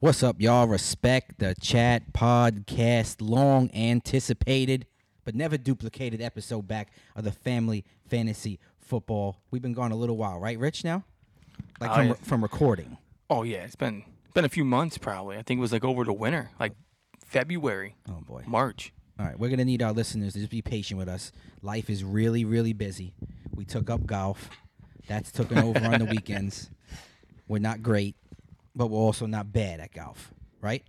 What's up, y'all? Respect the Chat podcast, long anticipated but never duplicated episode back of the Family Fantasy Football. We've been gone a little while, right, Rich? Now, like Oh, from, yeah. from recording. Oh yeah, it's been been a few months probably. I think it was like over the winter, like February, Oh boy. March. All right, we're gonna need our listeners to just be patient with us. Life is really, really busy. We took up golf. That's taken over on the weekends. We're not great, but we're also not bad at golf, right?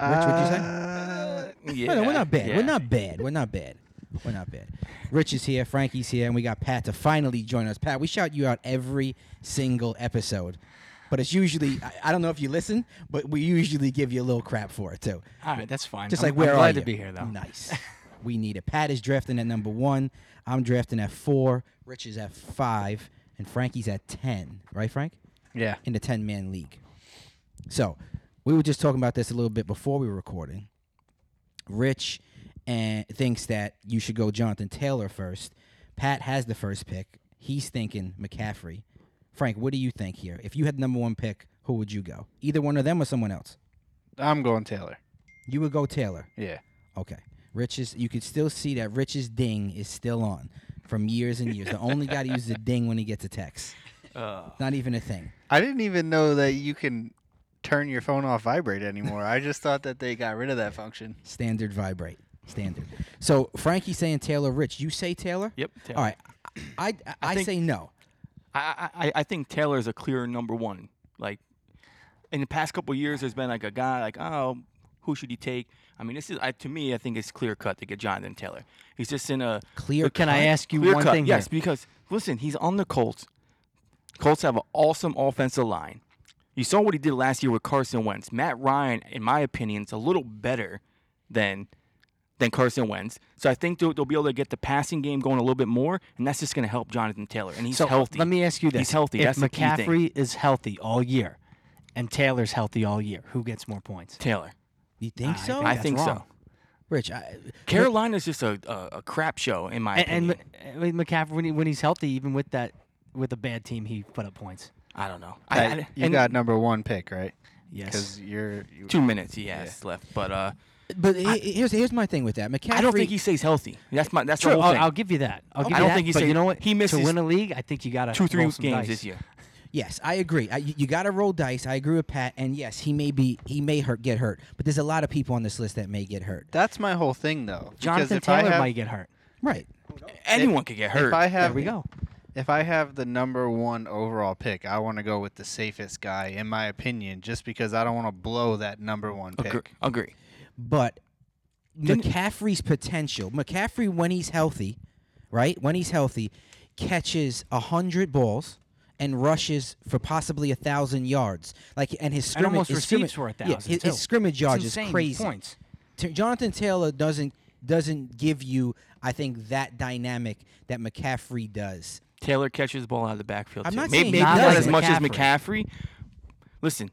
Rich, what'd you say? Uh, Yeah, Uh, No, no, we're not bad. yeah. We're not bad. We're not bad. We're not bad. Rich is here, Frankie's here, and we got Pat to finally join us. Pat, we shout you out every single episode. But it's usually, I, I don't know if you listen, but we usually give you a little crap for it too. All right, that's fine. Just I'm, like, where I'm are glad you? to be here, though. Nice. we need it. Pat is drafting at number one. I'm drafting at four. Rich is at five. And Frankie's at 10. Right, Frank? Yeah. in the 10 man league. So, we were just talking about this a little bit before we were recording. Rich and thinks that you should go Jonathan Taylor first. Pat has the first pick. He's thinking McCaffrey. Frank, what do you think here? If you had the number one pick, who would you go? Either one of them or someone else? I'm going Taylor. You would go Taylor. Yeah. Okay. Rich's you could still see that Rich's ding is still on from years and years. The only guy who uses a ding when he gets a text. Uh, Not even a thing. I didn't even know that you can turn your phone off vibrate anymore. I just thought that they got rid of that function. Standard vibrate. Standard. So Frankie's saying Taylor Rich. You say Taylor? yep. Taylor. All right. I, I, I think- say no. I, I- I I think Taylor's a clear number one. Like in the past couple of years, there's been like a guy like oh who should he take? I mean, this is I, to me I think it's clear cut to get Jonathan Taylor. He's just in a Clear. But can I cut? ask you clear one cut. thing? Yes, here? because listen, he's on the Colts. Colts have an awesome offensive line. You saw what he did last year with Carson Wentz. Matt Ryan, in my opinion, is a little better than than Carson Wentz. So I think they'll, they'll be able to get the passing game going a little bit more, and that's just going to help Jonathan Taylor. And he's so healthy. Let me ask you this: He's healthy. If that's the key thing. McCaffrey is healthy all year, and Taylor's healthy all year, who gets more points? Taylor. You think so? I that's think so. wrong. Rich, I, Carolina's just a, a, a crap show in my And, and, opinion. Ma- with McCaffrey, when, he, when he's healthy, even with that, with a bad team, he put up points. I don't know. I, That- I, you and got number one pick, right? Yes. Because you're you, two minutes he has left, but uh, but he- here's here's my thing with that. McCaffrey. I don't think he stays healthy. That's my that's True. the whole I'll, thing. I'll give you that. I'll give I you don't that, think he but stays- you know what? he to misses win a league. I think you got to two three roll games some dice. this year. Yes, I agree. I, you you got to roll dice. I agree with Pat. And yes, he may be he may hurt get hurt. But there's a lot of people on this list that may get hurt. that's my whole thing though. because Jonathan if I Taylor have- might get hurt. Right. Anyone could get hurt. If I have There we go. If I have the number one overall pick, I want to go with the safest guy, in my opinion, just because I don't want to blow that number one pick. agree, agree. But Didn't- McCaffrey's potential, McCaffrey when he's healthy, right? When he's healthy, catches a hundred balls and rushes for possibly a thousand yards. Like and his And scrimmage, almost his receipts scrimmage- for a yeah, thousand. his, too. his scrimmage yards It's is insane crazy. Points. T- Jonathan Taylor doesn't doesn't give you, I think, that dynamic that McCaffrey does. Taylor catches the ball out of the backfield. I'm too. not maybe, saying maybe he not doesn't. as much as McCaffrey. Listen,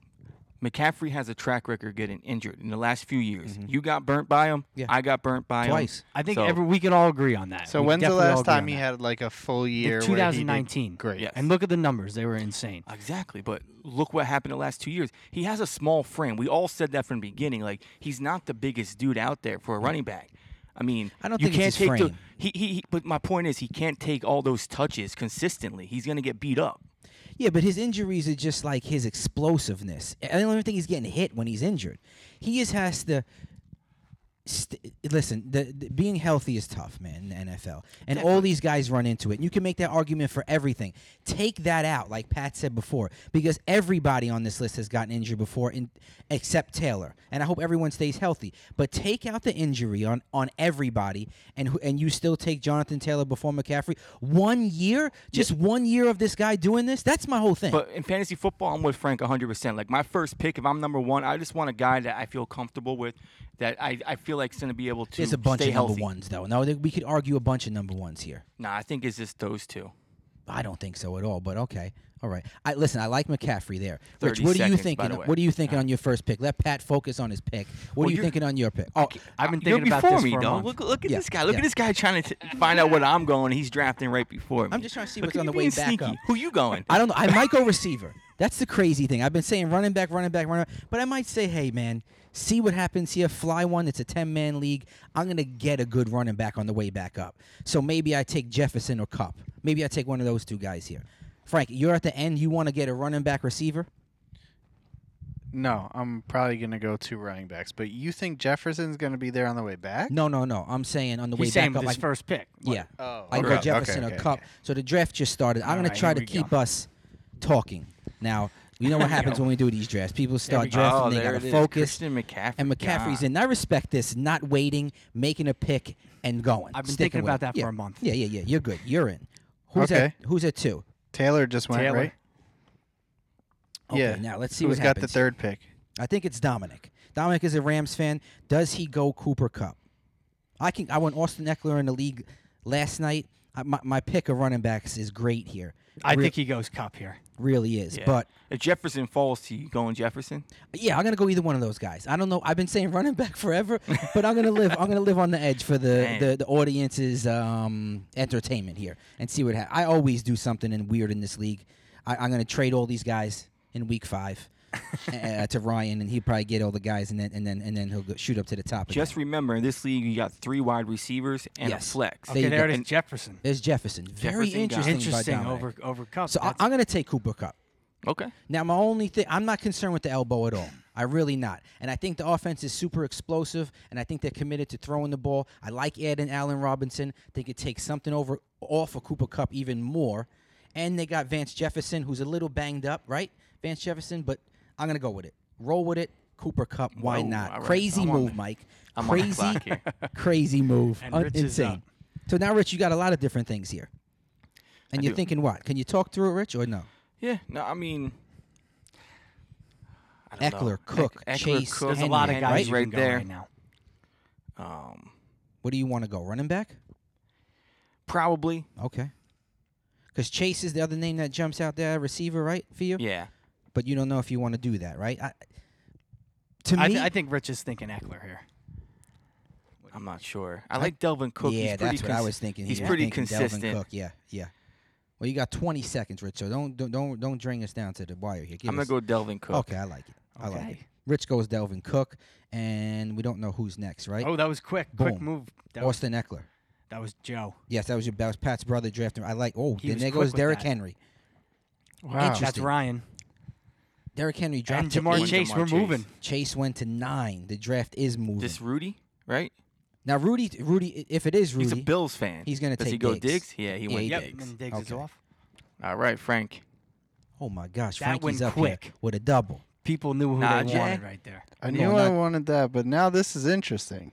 McCaffrey has a track record getting injured in the last few years. Mm-hmm. You got burnt by him. Yeah. I got burnt by Twice. him. I think So- every we can all agree on that. So We when's the definitely all last agree on time he that. had like a full In year? where he did 2019. great. Yes. And look at the numbers; they were insane. Uh, Exactly, but look what happened the last two years. He has a small frame. We all said that from the beginning. Like he's not the biggest dude out there for a running back. I mean, I don't you think can't it's his take frame. the he, he he. But my point is, he can't take all those touches consistently. He's gonna get beat up. Yeah, but his injuries are just like his explosiveness. I don't even think he's getting hit when he's injured. He just has to. St- listen, the, the- being healthy is tough, man, in the NFL. And all these guys run into it. And you can make that argument for everything. Take that out, like Pat said before, because everybody on this list has gotten injured before, in, except Taylor. And I hope everyone stays healthy. But take out the injury on, on everybody, and who- and you still take Jonathan Taylor before McCaffrey. One year, just one year of this guy doing this. That's my whole thing. But in fantasy football, I'm with Frank 100%. Like my first pick, if I'm number one, I just want a guy that I feel comfortable with, that I, I feel like is going to be able to There's a bunch stay of healthy. number ones, though. Now we could argue a bunch of number ones here. Nah, I think it's just those two. I don't think so at all. But okay, all right. I listen. I like McCaffrey there. Rich, 30 what are you seconds, by thinking? the way. What are you thinking on your first pick? Let Pat focus on his pick. What Well, are you you're- thinking on your pick? Oh, I've been You're thinking about before this me, for a though. month. Look, look at Yeah, this guy. Look yeah. at this guy trying to t- find out what I'm going. He's drafting right before me. I'm just trying to see Look what's at on you the way being back sneaky. up. Who you going? I don't know. I might go receiver. That's the crazy thing. I've been saying running back, running back, running back. But I might say, hey, man, see what happens here. Fly one. It's a 10 man league. I'm going to get a good running back on the way back up. So maybe I take Jefferson or Cup. Maybe I take one of those two guys here. Frank, you're at the end. You want to get a running back receiver? No, I'm probably going to go two running backs. But you think Jefferson's going to be there on the way back? No, no, no. I'm saying on the way He's saying back up. with his like- first pick. yeah. Oh, I go okay, Jefferson okay, or okay, Cup. okay. So the draft just started. I'm going Alright, to try here to we go. keep us talking. Now, you know what happens when we do these drafts. People start we go. drafting, oh, they there got it to is. focus. Christian McCaffrey. And McCaffrey's God. in. I respect this, not waiting, making a pick, and going. I've been Sticking thinking with about it. that Yeah. for a month. Yeah, yeah, yeah. You're good. You're in. Who's Okay. at Who's at two? Taylor just went Taylor. right. Okay, Yeah. now let's see Who's what got happens. the third pick? I think it's Dominic. Dominic is a Rams fan. Does he go Cooper Cup? I can. I went Austin Eckler in the league last night. I, my, my pick of running backs is great here. I Re- think he goes cup here. really is. Yeah. But if Jefferson falls to you, going Jefferson. yeah, I'm gonna go either one of those guys. I don't know. I've been saying running back forever, but I'm gonna live. I'm gonna live on the edge for the Man. the, the audience's um, entertainment here and see what happens. I always do something and weird in this league. I, I'm gonna trade all these guys in week five. uh, to Ryan, and he'll probably get all the guys, and then and then and then he'll go, shoot up to the top. again. Just remember, in this league, you got three wide receivers and Yes. a flex. There Okay, you there go. it is. And- Jefferson. There's Jefferson. Very Jefferson got interesting. by it. Interesting Dominic. over over cup. So I, That's- I'm going to take Cooper Cup. Okay. Now, my only thing, I'm not concerned with the elbow at all. I really not. And I think the offense is super explosive, and I think they're committed to throwing the ball. I like Ed and Allen Robinson. They could take something over off of Cooper Cup even more. And they got Vance Jefferson, who's a little banged up, right? Vance Jefferson, but I'm going to go with it. Roll with it. Cooper Cup, why Whoa, not? all right. Crazy I'm on move, it. Mike. I'm on the crazy, clock here. crazy move. And Un- Rich is insane. up. So now, Rich, you got a lot of different things here. And I you're do. thinking what? Can you talk through it, Rich, or no? Yeah. No, I mean. I don't know. Eckler, Cook, Eck- Eckler, Chase, Cook, Henry, There's a lot of Henry's right? guys you right can go there. right now. Um, What do you want to go? Running back? probably. Okay. Because Chase is the other name that jumps out there, receiver, right, for you? Yeah. But you don't know if you want to do that, right? I, to me, I, th- I think Rich is thinking Eckler here. I'm not sure. I like Delvin Cook. yeah, he's pretty that's what I cons- was thinking. he's here. pretty thinking Delvin consistent. Cook. Yeah, yeah. Well, you got 20 seconds, Rich. So don't don't don't, don't drain us down to the wire here. Give I'm gonna us- go Delvin Cook. Okay, I like it. I like it. Okay. Rich goes Delvin Cook, and we don't know who's next, right? Oh, that was quick. Quick Boom. move. That was, Austin Eckler. that was Joe. Yes, that was your that was Pat's brother drafting. I like. Oh, He then was there quick goes with Derrick that. Henry. That's Interesting. Ryan. Derrick Henry dropped And to Jamar eight. Ch- Chase, Jamar we're Chase. moving. Chase went to nine. The draft is moving. This Rudy, right? now Rudy, Rudy, if it is He's a Rudy, Bills fan. he's gonna Does he take go Diggs. Diggs? Yeah, he Yeah, went. he Yep, Diggs. and Diggs is Okay. off. All right, Frank. oh my gosh, That Frankie's went up here quick. with a double. People knew who Nah, they Jay. wanted right there. I No, knew I not- wanted that, but now this is interesting.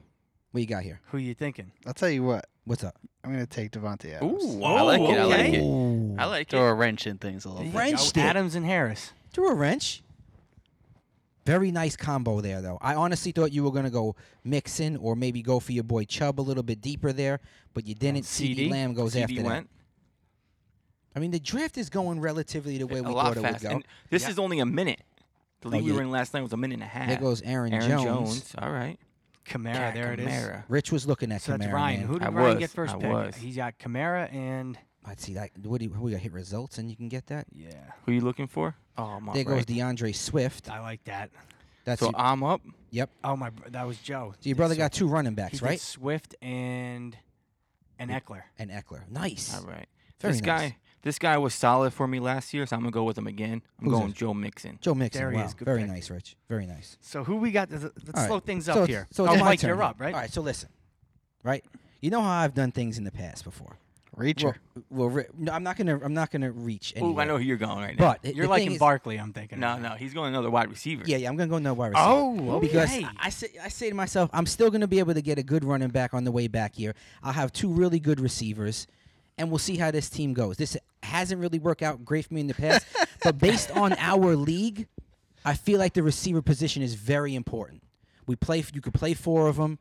What you got here? Who you thinking? I'll tell you what. What's up? I'm going to take Devontae Adams. Ooh, I like it. I like okay. it. Ooh. I like Throw it. a wrench in things a little bit. Right. Wrenched Yo, it. Adams and Harris. Threw a wrench. Very nice combo there, though. I honestly thought you were gonna go Mixon or maybe go for your boy Chubb a little bit deeper there, but you didn't. CD CD? Lamb goes CD after went that. I mean, the draft is going relatively the way we a thought lot it would faster. go. And this is only a minute. The league we yeah. were in last night was a minute and a half. There goes Aaron, Aaron Jones. All right. Kamara, Kamara. there it is. Rich was looking at So that's Kamara, Ryan. man. Who did I Ryan was, get first I pick? was. He's got Kamara and I'd see that. What do you, we got? Hit results, and you can get that. yeah, Who you looking for? Oh, I'm up. There goes right. DeAndre Swift. I like that. That's So your, I'm up. yep. Oh my, br- that was Joe. So your brother Did got two running Swift- he backs, did right? Swift and and Eckler. And Eckler. Nice. All right. Very this nice. guy, this guy was solid for me last year, so I'm gonna go with him again. I'm Who's going that? Joe Mixon. Joe Mixon. There he wow. is. Good Very pick. nice, Rich. Very nice. So who we got? Let's All right. slow things up so it's- here. So it's oh, my Mike, turn you're here. up, right? All right. So listen, right? You know how I've done things in the past before. Reacher. Well, well Ri- no, I'm not gonna. I'm not gonna reach. Ooh, I anywhere. know who you're going right now. But the- You're the thing liking is- Barkley, I'm thinking. no, no, he's going another wide receiver. Yeah, yeah. I'm gonna go no wide receiver. Oh, Because okay. I, I say, I say to myself, I'm still going to be able to get a good running back on the way back here. I'll have two really good receivers, and we'll see how this team goes. This hasn't really worked out great for me in the past, but based on our league, I feel like the receiver position is very important. We play. You could play four of them.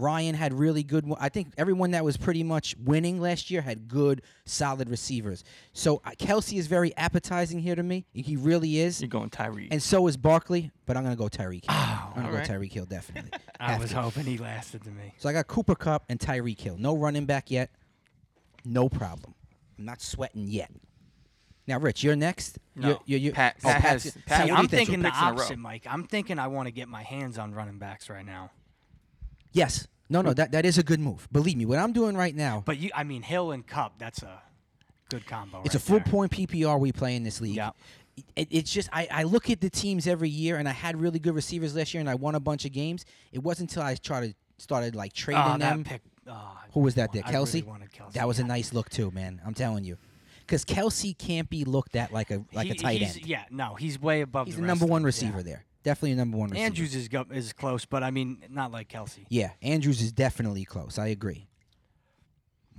Ryan had really good. one- I think everyone that was pretty much winning last year had good, solid receivers. So uh, Kelsey is very appetizing here to me. He really is. You're going Tyree. And so is Barkley, but I'm gonna go Tyreek. Hill. I'm gonna alright. go Tyreek Hill definitely. Oh, I Have was to. hoping he lasted to me. So I got Cooper Cup and Tyreek Hill. No running back yet. No problem. I'm not sweating yet. Now, Rich, you're next. No. You're, you're, you're, Pat- oh, Pat Pat's- has- See, Pat- what See, do I'm you think, thinking Rich? Six the in a row. opposite, Mike. I'm thinking I want to get my hands on running backs right now. Yes. No, no, that, that is a good move. Believe me, what I'm doing right now, But you, I mean, Hill and Cup. That's a good combo. it's right a full there. point PPR we play in this league. Yeah. It, it's just, I, I look at the teams every year, and I had really good receivers last year, and I won a bunch of games. It wasn't until I started, started like trading Ah, that them. pick. ah, I Who was really that there? want- I really Kelsey? wanted Kelsey, That was a yeah. nice look, too, man. I'm telling you. Because Kelsey can't be looked at like a, like a He- tight he's- end. Yeah, no, he's way above. He's the the rest number of one them, receiver there. Definitely a number one Yeah. receiver. Andrews is go- is close, but I mean, not like Kelsey. Yeah, Andrews is definitely close. I agree.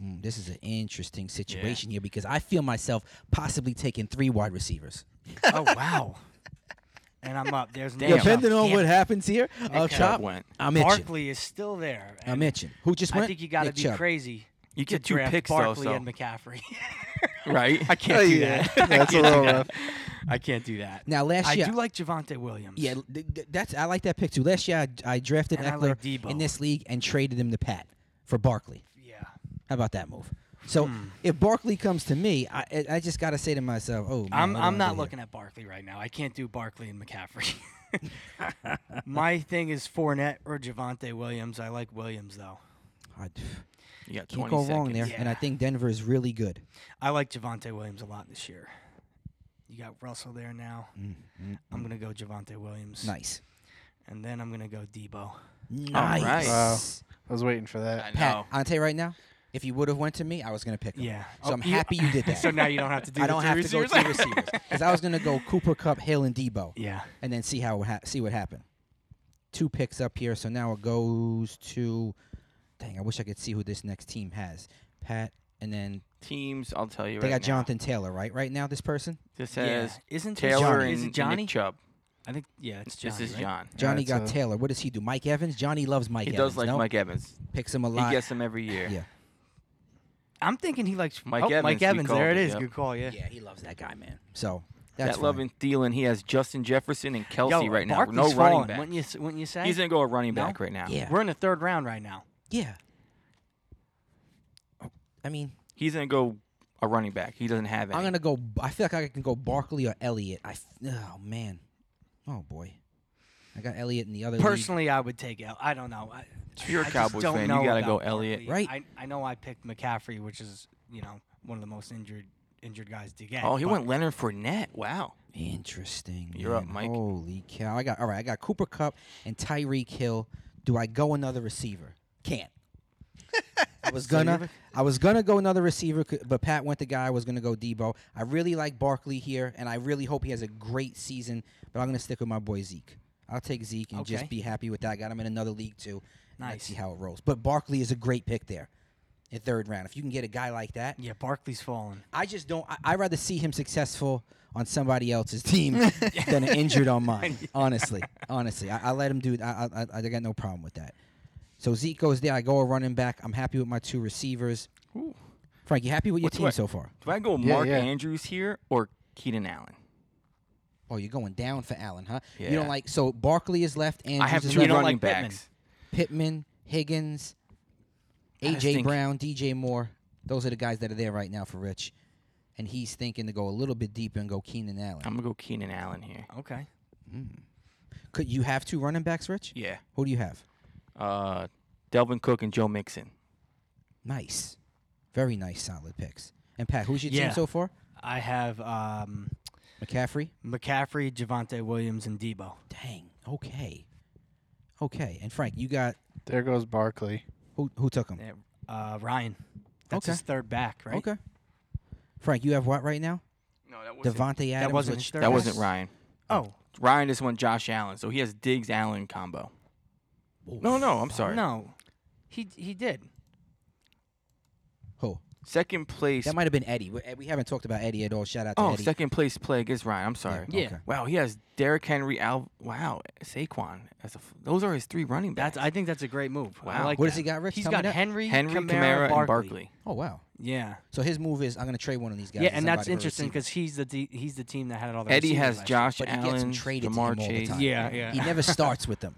Mm, this is an interesting situation here because I feel myself possibly taking three wide receivers. oh wow. And I'm up. There's no Damn. shot. Depending on Damn what it. happens here, I'll Chubb chop. went. I'm itching. Barkley is still there. I'm and itching. Who just went? I think you got to Nick be Chubb. crazy. You to get two draft picks though, Barkley so and McCaffrey. right? I can't do yeah. that. I That's a can't little do that. rough. I can't do that. Now last I year, do like Javante Williams. yeah, th- th- that's I like that pick too. Last year I, I drafted And I Eckler like Debo. in this league and traded him to Pat for Barkley. yeah. How about that move? So Hmm. if Barkley comes to me, I I- I just got to say to myself, oh, man, I'm what do I I'm do not here? looking at Barkley right now. I can't do Barkley and McCaffrey. My thing is Fournette or Javante Williams. I like Williams though. I, You got Can't 20 go wrong there. seconds. And I Yeah. think Denver is really good. I like Javante Williams a lot this year. You got Russell there now. I'm gonna go Javante Williams, Nice. and then I'm gonna go Debo. Nice. right. Wow. I was waiting for I that. Pat, know. I'll tell you right now, if you would have went to me, I was going to pick him. Yeah. So Oh, I'm happy you did that. so now you don't have to do. I the don't three have receivers. to go two receivers. Because I was going to go Cooper Cup, Hill, and Debo. yeah. And then see how it ha- see what happened. Two picks up here. So now it goes to. Dang, I wish I could see who this next team has. Pat, and then Teams, I'll tell you they right got now. Jonathan Taylor, right? Right now, this person? This Yeah. says Isn't this Taylor Johnny? and Is it Johnny? Nick Chubb. I think yeah, it's Johnny. this is right? John. Johnny that's got a- Taylor. What does he do? Mike Evans? Johnny loves Mike uh, He Evans. does like no? Mike Evans. Picks him a He lot. gets him every year. yeah. I'm thinking he likes Mike oh, Evans, Mike we Evans. called There it it, is. yep. Good call. Yeah. Yeah, he loves that guy, man. So that's That loving Thielen. He has Justin Jefferson and Kelsey Yo, right now. Barkley's no falling, running back. Wouldn't you, s- wouldn't you say? He's gonna go a running No? back right now. Yeah. We're in the third round right now. yeah. Oh, I mean, He's gonna go a running back. He doesn't have any. I'm gonna go. I feel like I can go Barkley or Elliott. I f- oh man, oh boy, I got Elliott in the other. league. Personally, I would take El. I don't know. I, If you're a I just Cowboys don't fan, you know gotta about go Elliott. Barkley. Right. I, I know I picked McCaffrey, which is you know one of the most injured injured guys to get. oh, he but went Leonard Fournette. Wow. interesting. You're up, man. Mike. Holy cow! I got all right. I got Cooper Cup and Tyreek Hill. Do I go another receiver? Can't. I was gonna, I was gonna go another receiver, c- but Pat went the guy. I was gonna go Debo. I really like Barkley here, and I really hope he has a great season. But I'm gonna stick with my boy Zeke. I'll take Zeke and Okay. just be happy with that. I got him in another league too. and Let's see Nice. how it rolls. But Barkley is a great pick there, in third round. If you can get a guy like that, Yeah, Barkley's fallen. I just don't. I, I'd rather see him successful on somebody else's team than injured on mine. Honestly, honestly, I, I let him do. I, I, I, I got no problem with that. So Zeke goes there. I go a running back. I'm happy with my two receivers. Ooh. Frank, you happy with your What's team what- so far? Do I go Yeah, Mark yeah. Andrews here or Keaton Allen? Oh, you're going down for Allen, huh? You Yeah. don't like so Barkley is left, and I have is two left, running like Pittman. backs. Pittman, Higgins, just AJ think- Brown, DJ Moore. Those are the guys that are there right now for Rich, and he's thinking to go a little bit deeper and go Keenan Allen. I'm gonna go Keenan Allen here. Okay. Mm. Could you have two running backs, Rich? Yeah. Who do you have? Uh, Delvin Cook and Joe Mixon. Nice. Very nice, solid picks. And Pat, who's your Yeah. team so far? I have um, McCaffrey? McCaffrey, Javante Williams, and Debo. Dang. Okay. Okay. And Frank, you got There goes Barkley. who who took him? Yeah, Uh, Ryan. That's Okay. his third back, right? Okay. Frank, you have what right now? No, that Devontae Adams. wasn't which- his third That back? wasn't Ryan. Oh Ryan just went Josh Allen, so he has Diggs Allen combo. No, no, I'm sorry. no, he he did. Who? Second place. That might have been Eddie. We, we haven't talked about Eddie at all. Shout out to oh, Eddie. second place play against Ryan. I'm sorry. Yeah. okay. Wow, he has Derrick Henry. Al. Wow, Saquon. That's a f- those are his three running backs. That's I think that's a great move. I Wow. like What does that. he got, Rich? He's Tell me got that. Henry, Henry, Kamara, Kamara, and Barkley. Barkley. Oh wow. Yeah. So his move is I'm gonna trade one of these guys. Yeah, to and that's somebody for interesting receiver. because he's the de- he's the team that had all the. Eddie receivers has last year. Josh but he gets him Allen, traded to Jamar him all the Chase. time. Yeah, yeah. He never starts with them.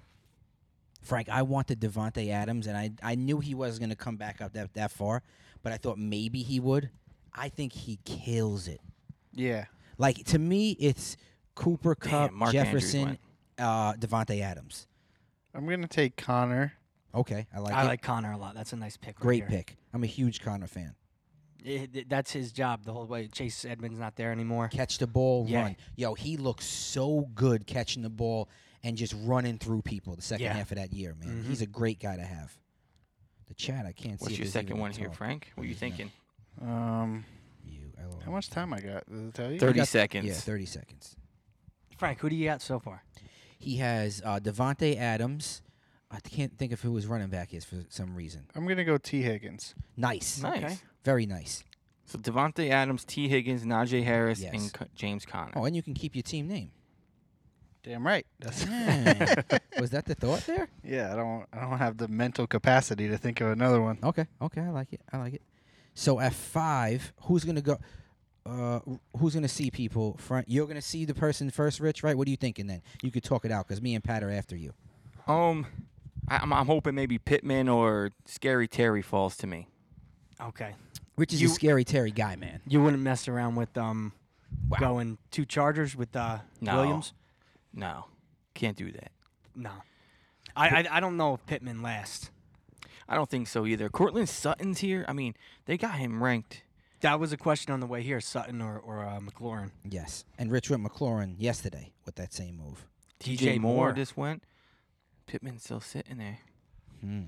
Frank, I wanted Devonte Adams, and I, I knew he wasn't going to come back up that, that far, but I thought maybe he would. I think he kills it. Yeah. Like to me, it's Cooper Cup, Damn, Mark Andrews Jefferson, went. uh, Devonte Adams. I'm gonna take Connor. Okay, I like. I it. like Connor a lot. That's a nice pick. right Great there. pick. I'm a huge Connor fan. It- th- that's his job the whole way. Chase Edmonds not there anymore. Catch the ball, Yeah. run. Yo, he looks so good catching the ball and just running through people the second Yeah. half of that year, man. Mhm. He's a great guy to have. The chat, I can't see. Mm-hmm. if What's your there's second even a one here, talk. Frank? What are you There's none. thinking? Um, You, how much time I got? Does it tell you? 30 got- seconds. Yeah, 30 seconds. Frank, who do you got so far? He has uh, Devonte Adams. I can't think of who his running back is for some reason. I'm gonna go T Higgins. Nice. nice. Okay. Very nice. So Devontae Adams, T. Higgins, Najee Harris, Yes. and Co- James Conner. Oh, and you can keep your team name. Damn right. That's Damn. Was that the thought there? yeah. I don't. I don't have the mental capacity to think of another one. Okay. Okay. I like it. I like it. So at five, who's gonna go? Uh, wh- who's gonna see people? Front. You're gonna see the person first, Rich. Right? What are you thinking then? You could talk it out because me and Pat are after you. Um, I, I'm, I'm hoping maybe Pittman or Scary Terry falls to me. Okay. Rich is You- a scary Terry guy, man. You wouldn't mess around with um going two Chargers with uh, No. Williams. No, can't do that. No. I, I I don't know if Pittman lasts. I don't think so either. Cortland Sutton's here. I mean, they got him ranked. That was a question on the way here, Sutton or or uh, McLaurin. Yes. And Rich went McLaurin yesterday with that same move. DJ Moore, just went. Pittman's still sitting there. Hmm.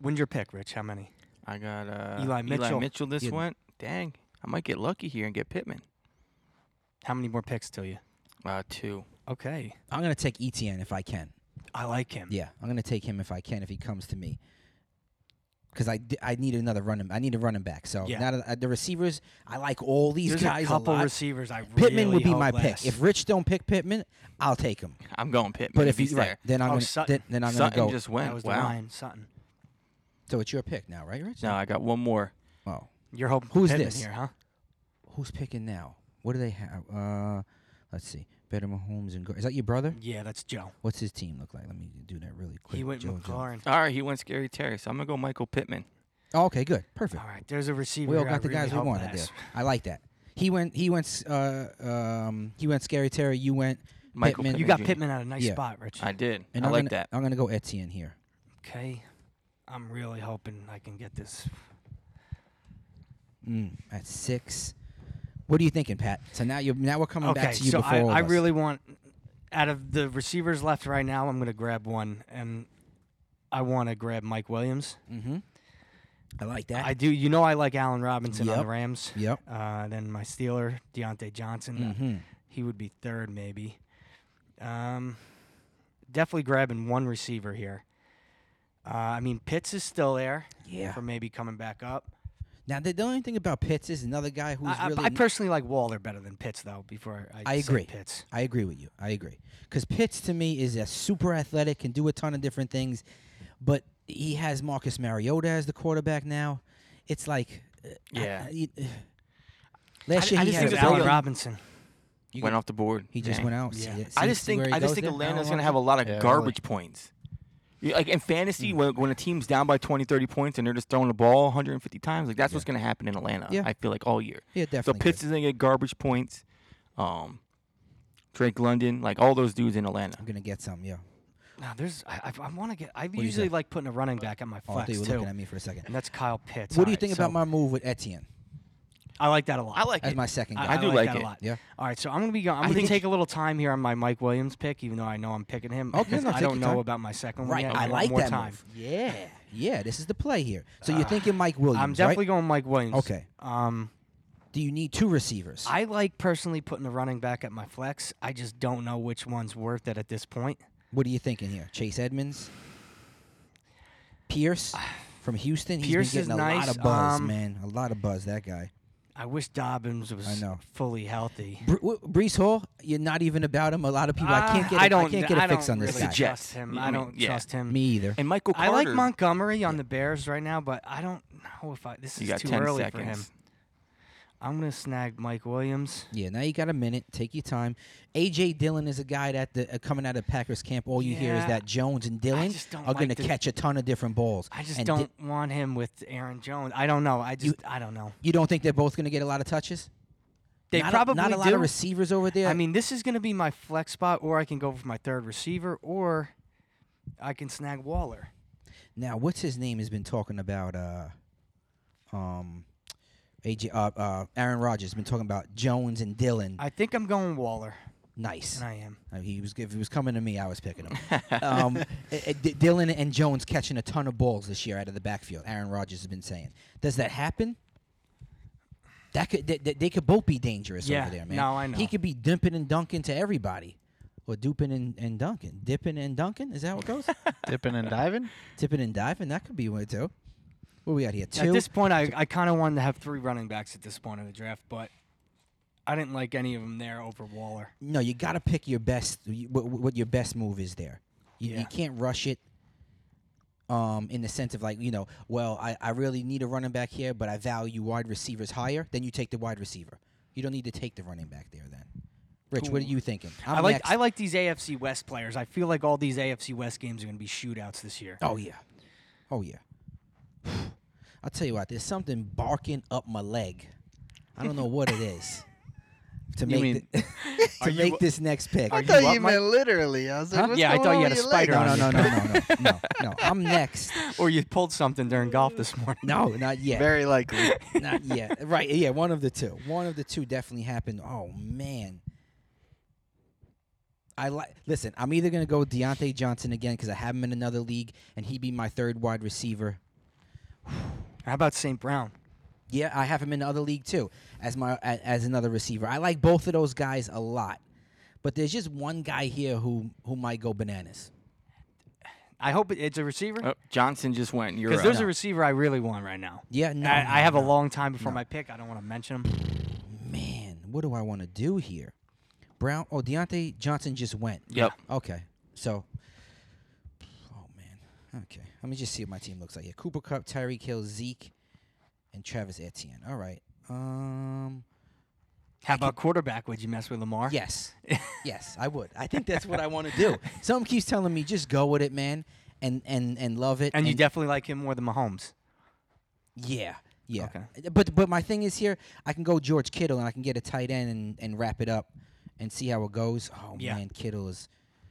When's your pick, Rich? How many? I got uh, Eli Mitchell. this Yeah. went. Dang, I might get lucky here and get Pittman. How many more picks till you? Uh, two. Okay. I'm gonna take Etn if I can. I like him. Yeah, I'm gonna take him if I can if he comes to me. Because I, d- I need another running I need a running back. So Yeah. now that, uh, the receivers I like all these There's guys a couple lot. receivers I Pittman really would be hope my lasts. pick. If Rich don't pick Pittman, I'll take him. I'm going Pittman. But if he's he's right, there, then I'm Oh, gonna Sutton. then, then I'm Sutton gonna go. just that went. was the Wow. line, Sutton. so it's your pick now, right, Rich? No, I got one more. Oh, You're hoping Who's Pittman this? here, huh? who's picking now? What do they have? Uh, let's see. Better Mahomes and Gar- is that your brother? Yeah, that's Joe. What's his team look like? Let me do that really quick. he went Joe Jones. McLaurin. All right, he went Scary Terry, so I'm gonna go Michael Pittman. Oh, okay, good, perfect. All right, there's a receiver. We all I got the really guys we hope wanted there. lasts. I like that. He went. He went. s- Uh, um, he went. Scary Terry. You went. Michael Pittman. You got Jr.. Pittman at a nice Yeah. spot, Rich. I did. And I am like gonna, that. I'm gonna go Etienne here. okay. I'm really hoping I can get this. Mm, at six. What are you thinking, Pat? So now you now we're coming okay, back to you so before I, all of I us. really want out of the receivers left right now, I'm gonna grab one and I wanna grab Mike Williams. Mm-hmm. I like that. I do you know I like Allen Robinson on Yep. the Rams. yep. Uh, then my Steeler, Deontay Johnson. Uh, Mm-hmm. He would be third maybe. Um definitely grabbing one receiver here. Uh, I mean Pitts is still there Yeah. for maybe coming back up. Now the, the only thing about Pitts is another guy who's I, I- really. I personally like Waller better than Pitts, though. Before I, I say agree. Pitts. I agree with you. I agree. Because Pitts to me is a super athletic, can do a ton of different things, but he has Marcus Mariota as the quarterback now. It's like, uh, I- Yeah. I- uh, last I year he had just think a that brilliant- Allen Robinson. You went could- off the board. He just Dang. went out. See Yeah. that- I see- just see think where he I just goes think there? Atlanta's Allen gonna have a lot of Yeah, really. garbage points. You- Like in fantasy, when, when a team's down by 20, 30 points and they're just throwing the ball 150 times, like that's what's gonna happen in Atlanta. Yeah. I feel like all year. Yeah, So definitely. Pitts is gonna get garbage points. Um, Drake London, like all those dudes in Atlanta. I'm gonna get some. Yeah. No, there's. I, I, want to get. I you usually got? like putting a running back on my Oh, I thought flex you were too, looking at me for a second. and that's Kyle Pitts. What do you Alright, think about so my move with Etienne I like that a lot. I like as it. my second guy? I do like that it. a lot. Yeah. All right, so I'm gonna be. Go- I'm I gonna think- take a little time here on my Mike Williams pick, even though I know I'm picking him. Okay, because no, I take don't your know time. about my second Right. one. yet. I want like more that time. move. Yeah. Yeah. This is the play here. So Ah, you're thinking Mike Williams, I'm right? definitely going Mike Williams. Okay. Um, Do you need two receivers? I like personally putting a running back at my flex. I just don't know which one's worth it at this point. What are you thinking here? Chase Edmonds, Pierce Ah. from Houston. He's Pierce been is getting a nice, lot of buzz, um, man. A lot of buzz. That guy. I wish Dobbins was I know. fully healthy. Br- w- Brees Hall. You're not even about him. A lot of people. I can't Uh, get. A, I don't, can't get a I fix don't on this really guy. Jet. Trust him. I I, mean, don't yeah. trust him. Me either. and Michael I Carter. like Montgomery on the Bears right now, but I don't know if I. This You is got too 10 early seconds. for him. I'm gonna snag Mike Williams. Yeah. Now you got a minute. Take your time. AJ Dillon is a guy that the, uh, coming out of Packers camp. All you hear is Yeah, that Jones and Dillon just don't are going like to the- catch a ton of different balls. I just And Di- don't want him with Aaron Jones. I don't know. I just I don't know. you don't think they're both going to get a lot of touches? They not probably a, not a lot do. of receivers over there. I mean, this is going to be my flex spot, or I can go for my third receiver, or I can snag Waller. now what's his name has been talking about? Uh, um, AJ, uh, uh, Aaron Rodgers has been talking about Jones and Dylan. I think I'm going Waller, nice. and I am. Uh, he was if he was coming to me, I was picking him. um, eh, eh, D- Dylan and Jones catching a ton of balls this year out of the backfield. Aaron Rodgers has been saying, does that happen? That could they, they- they could both be dangerous Yeah, over there, man. no, I know. He could be dipping and dunking to everybody, or duping and, and dunking, dipping and dunking. Is that what goes? Dipping and diving? Tipping and diving. That could be one too. What we got here? Two. At this point, I, I kind of wanted to have three running backs at this point of the draft, but I didn't like any of them there over Waller. no, you got to pick your best. you- What, what your best move is there. You, Yeah. you can't rush it. Um, in the sense of like you know, well, I, I really need a running back here, but I value wide receivers higher. Then you take the wide receiver. You don't need to take the running back there. Then, Rich, what are Ooh. you thinking? i I'm like next. I like these AFC West players. I feel like all these AFC West games are going to be shootouts this year. Oh yeah, oh yeah. I'll tell you what. There's something barking up my leg. I don't know what it is. To You make mean- the- to make this next pick. I No, thought up, you Mike? meant literally. I was like, Huh? what's Yeah, I going thought you on had with a your spider legs? no, no, no, no, no, no, no. I'm next. Or you pulled something during golf this morning. No, not yet. Very likely. not yet. Right. Yeah, one of the two. One of the two definitely happened. Oh man. I like. Listen, I'm either gonna go Deontay Johnson again because I have him in another league, and he be my third wide receiver. How about St. Brown? Yeah, I have him in the other league too as my a- as another receiver. I like both of those guys a lot, but there's just one guy here who who might go bananas. I hope it, it's a receiver Oh, Johnson just went. You're because up. there's No. a receiver I really want right now. Yeah, no, I, I no, have a no. long time before my pick. I don't want to mention him. man, what do I want to do here? Brown. Oh, Deontay Johnson just went. Yep. Okay. So. Oh man. Okay. Let me just see what my team looks like here. Cooper Cup, Tyreek Hill, Zeke, and Travis Etienne. All right. Um. How about quarterback? Would you mess with Lamar? Yes. yes, I would. I think that's what I want to do. Something keeps telling me just go with it, man, and and and love it. And you definitely like him more than Mahomes. Yeah. Yeah. Okay. Uh, But but my thing is here, I can go George Kittle and I can get a tight end and, and wrap it up and see how it goes. Oh Yeah. man, Kittle is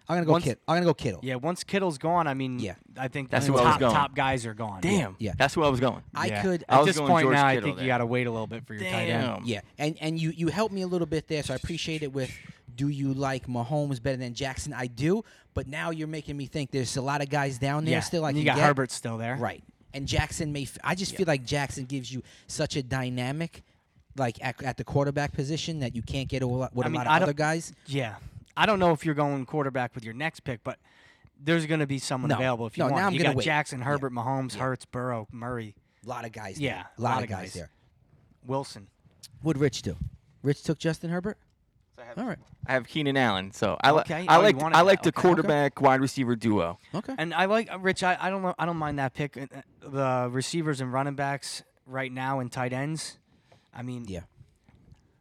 I'm gonna go Once- Kittle. I'm gonna go Kittle. Yeah, once Kittle's gone, I mean, Yeah. I think That's the who I was top, going. top guys are gone. Damn. Yeah. That's where I was going. I Yeah. could I At was this going point George now, I Kittle think you there. got to wait a little bit for your tight end. Damn. yeah. And and you you helped me a little bit there, so I appreciate it with do you like Mahomes better than Jackson? I do, but now you're making me think there's a lot of guys down there Yeah, still I and can you got get. Herbert still there. Right. And Jackson may. F- I just feel like Jackson gives you such a dynamic, like at, at the quarterback position that you can't get a lot, with I a mean, lot I of don't- other guys. Yeah. I don't know if you're going quarterback with your next pick, but there's going to be someone No. available if you No, want. now I'm you gonna got wait. Jackson, Yeah. Herbert, Mahomes, Hurts, Burrow, Murray, A lot of guys. Yeah, There. A lot, of guys, there. Wilson. What'd Rich do? Rich took Justin Herbert. All right. I have Keenan Allen, so I like Okay. I Oh, you like wanted I that. like the Okay, okay. quarterback wide receiver duo. Okay. And I like uh, Rich. I, I don't know. I don't mind that pick. Uh, uh, The receivers and running backs right now and tight ends. I mean, yeah.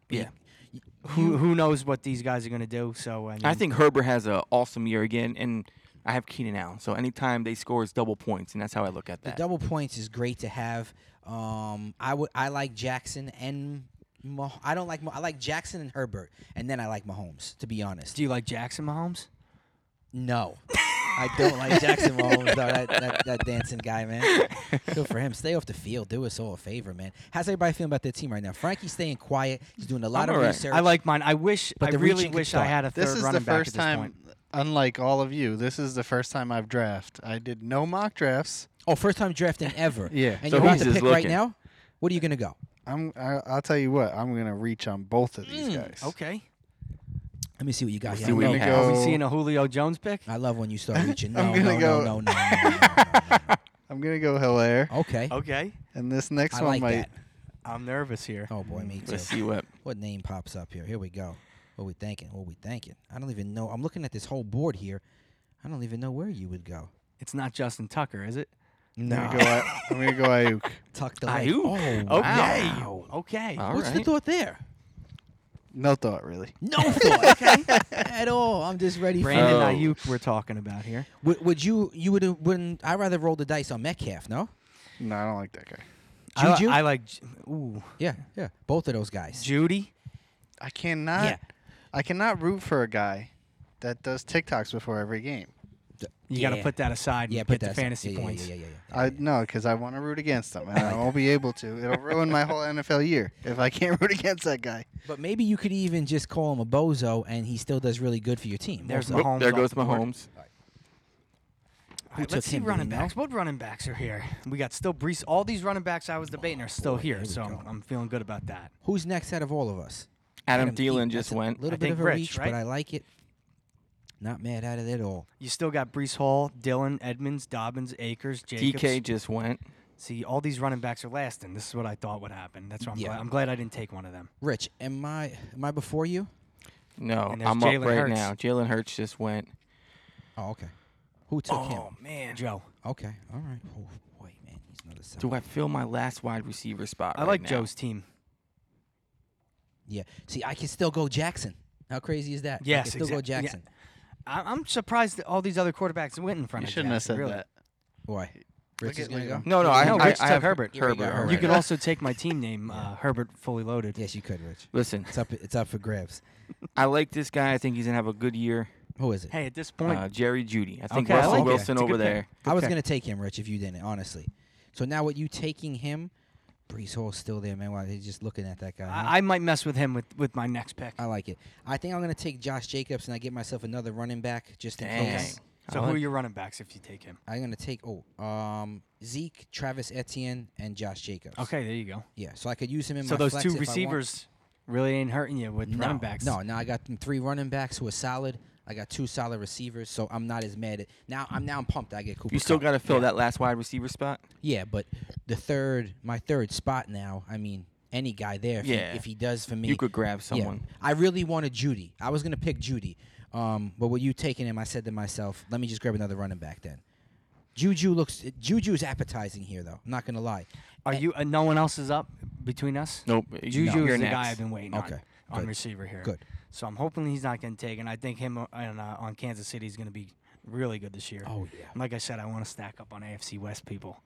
Yeah. who who knows what these guys are going to do? So I, mean, I think Herbert has an awesome year again, and I have Keenan Allen. So anytime they score, it's double points, and that's how I look at The that. double points is great to have. Um, I would. I like Jackson and. Mah- I don't like. Mah- I like Jackson and Herbert, and then I like Mahomes. To be honest. Do you like Jackson Mahomes? No. I don't like Jackson Mahomes, though. That, that, that dancing guy, man. Good for him. Stay off the field. Do us all a favor, man. How's everybody feeling about their team right now? Frankie's staying quiet. He's doing a lot I'm of all right. research. I like mine. I wish. But I the really reaching could wish I start. had a third This is the running back first at this time, point. unlike all of you, this is the first time I've draft. I did no mock drafts. Oh, first time drafting ever. Yeah. And you're So about who's to is pick right looking? now? What are you going to go? I'm. I, I'll tell you what. I'm gonna reach on both of these guys. Hmm, Okay. Let me see what you got here. see I what love- you I'm gonna have. go. Are we seeing a Julio Jones pick? I love when you start reaching. No, gonna no, go- no, no, no, no, no, no, I'm gonna go Hilaire, no. Okay. Okay. and this next I one like might. that. I'm nervous here. Oh, boy, me too. Let's see what. What name pops up here? Here we go. What we thinking? What we thinking? I don't even know. I'm looking at this whole board here. I don't even know where you would go. It's not Justin Tucker, is it? No. I'm gonna go. I- I'm gonna go Ayuk. Tuck the leg. Ayuk. Oh, Okay. wow. Okay. All What's the right. thought there? No thought really. No thought okay. at all. I'm just ready Brandon Oh. Ayuk, we're talking about here. for would, would you you would wouldn't I rather roll the dice on Metcalf, no? No, I don't like that guy. I li- Juju? I, like. Ju- Ooh, Yeah, yeah. Both of those guys. Judy. I cannot. Yeah. I cannot root for a guy that does TikToks before every game. You got Yeah. to put that aside and yeah, get put the that aside. fantasy yeah, yeah, points. Yeah, yeah, yeah. yeah, I yeah, yeah. no, because I want to root against him, and I won't be able to. It'll ruin my whole NFL year if I can't root against that guy. But maybe you could even just call him a bozo, and he still does really good for your team. There's also. Mahomes Oh, there off goes the Uh, board. Mahomes. All right, took let's see him, do running we know? backs. What running backs are here? We got still Brees. All these running backs I was debating are still boy, here here, we so go. I'm feeling good about that. Who's next out of all of us? Adam, Thielen That's just a went. little I bit think of a Rich, reach, right? but I like it. Not mad at it at all. You still got Brees Hall, Dylan, Edmonds, Dobbins, Akers, Jacobs. DK just went. See, all these running backs are lasting. This is what I thought would happen. That's why I'm Yeah. glad. I'm glad I didn't take one of them. Rich, am I am I before you? No, And there's I'm Jalen up right Hurts. now. Jalen Hurts just went. Oh, okay. Who took him? Um. Oh, man, Joe. Okay, all right. Oh boy, man, he's another side. do I fill my last wide receiver spot? I right like now? Joe's team. Yeah. See, I can still go Jackson. How crazy is that? I Yes, can still go exact- yeah. Jackson. I- I'm surprised that all these other quarterbacks went in front You of shouldn't have Jackson, said really. that. Why? Rich at- is gonna look go. at- No, no, I, No, I, Rich I took have Herbert. Yeah, we got Herbert. Herbert. all You right. could also take my team name, uh, Herbert Fully Loaded. Yes, you could, Rich. Listen, It's up. It's up for grabs. I like this guy. I think he's gonna have a good year. Who is it? Hey, at this point, Uh, Jerry Judy. I think Okay, I Russell like it. Wilson It's a good over pick. there. I was okay. gonna take him, Rich, if you didn't, honestly. So now with you taking him, Brees Hall's still there, man. Wow, he's just looking at that guy. huh? I, I might mess with him with, with my next pick. I like it. I think I'm gonna take Josh Jacobs and I get myself another running back just in Dang. case. I so who like- are your running backs if you take him? I'm gonna take oh um Zeke, Travis Etienne, and Josh Jacobs. Okay, there you go. Yeah, so I could use him in So my those flex two if I want. receivers really ain't hurting you with no, running backs. No, now I got them three running backs who are solid. I got two solid receivers, so I'm not as mad at now. I'm now I'm pumped. I get Cooper. You still Cup. gotta fill Yeah. that last wide receiver spot. Yeah, but the third, my third spot now. I mean, any guy there, if, Yeah. he, if he does for me, You could grab yeah. someone. I really wanted Judy. I was gonna pick Judy, um, but with you taking him, I said to myself, let me just grab another running back then. Juju looks Juju's appetizing here though. I'm not gonna lie. Are you? Uh, no one else is up between us. Nope. Juju you're is the next. guy I've been waiting on. Okay, On good, receiver here. good. So I'm hoping he's not getting taken. I think him o- on, uh, on Kansas City is going to be really good this year. Oh yeah. And Like I said, I want to stack up on AFC West people.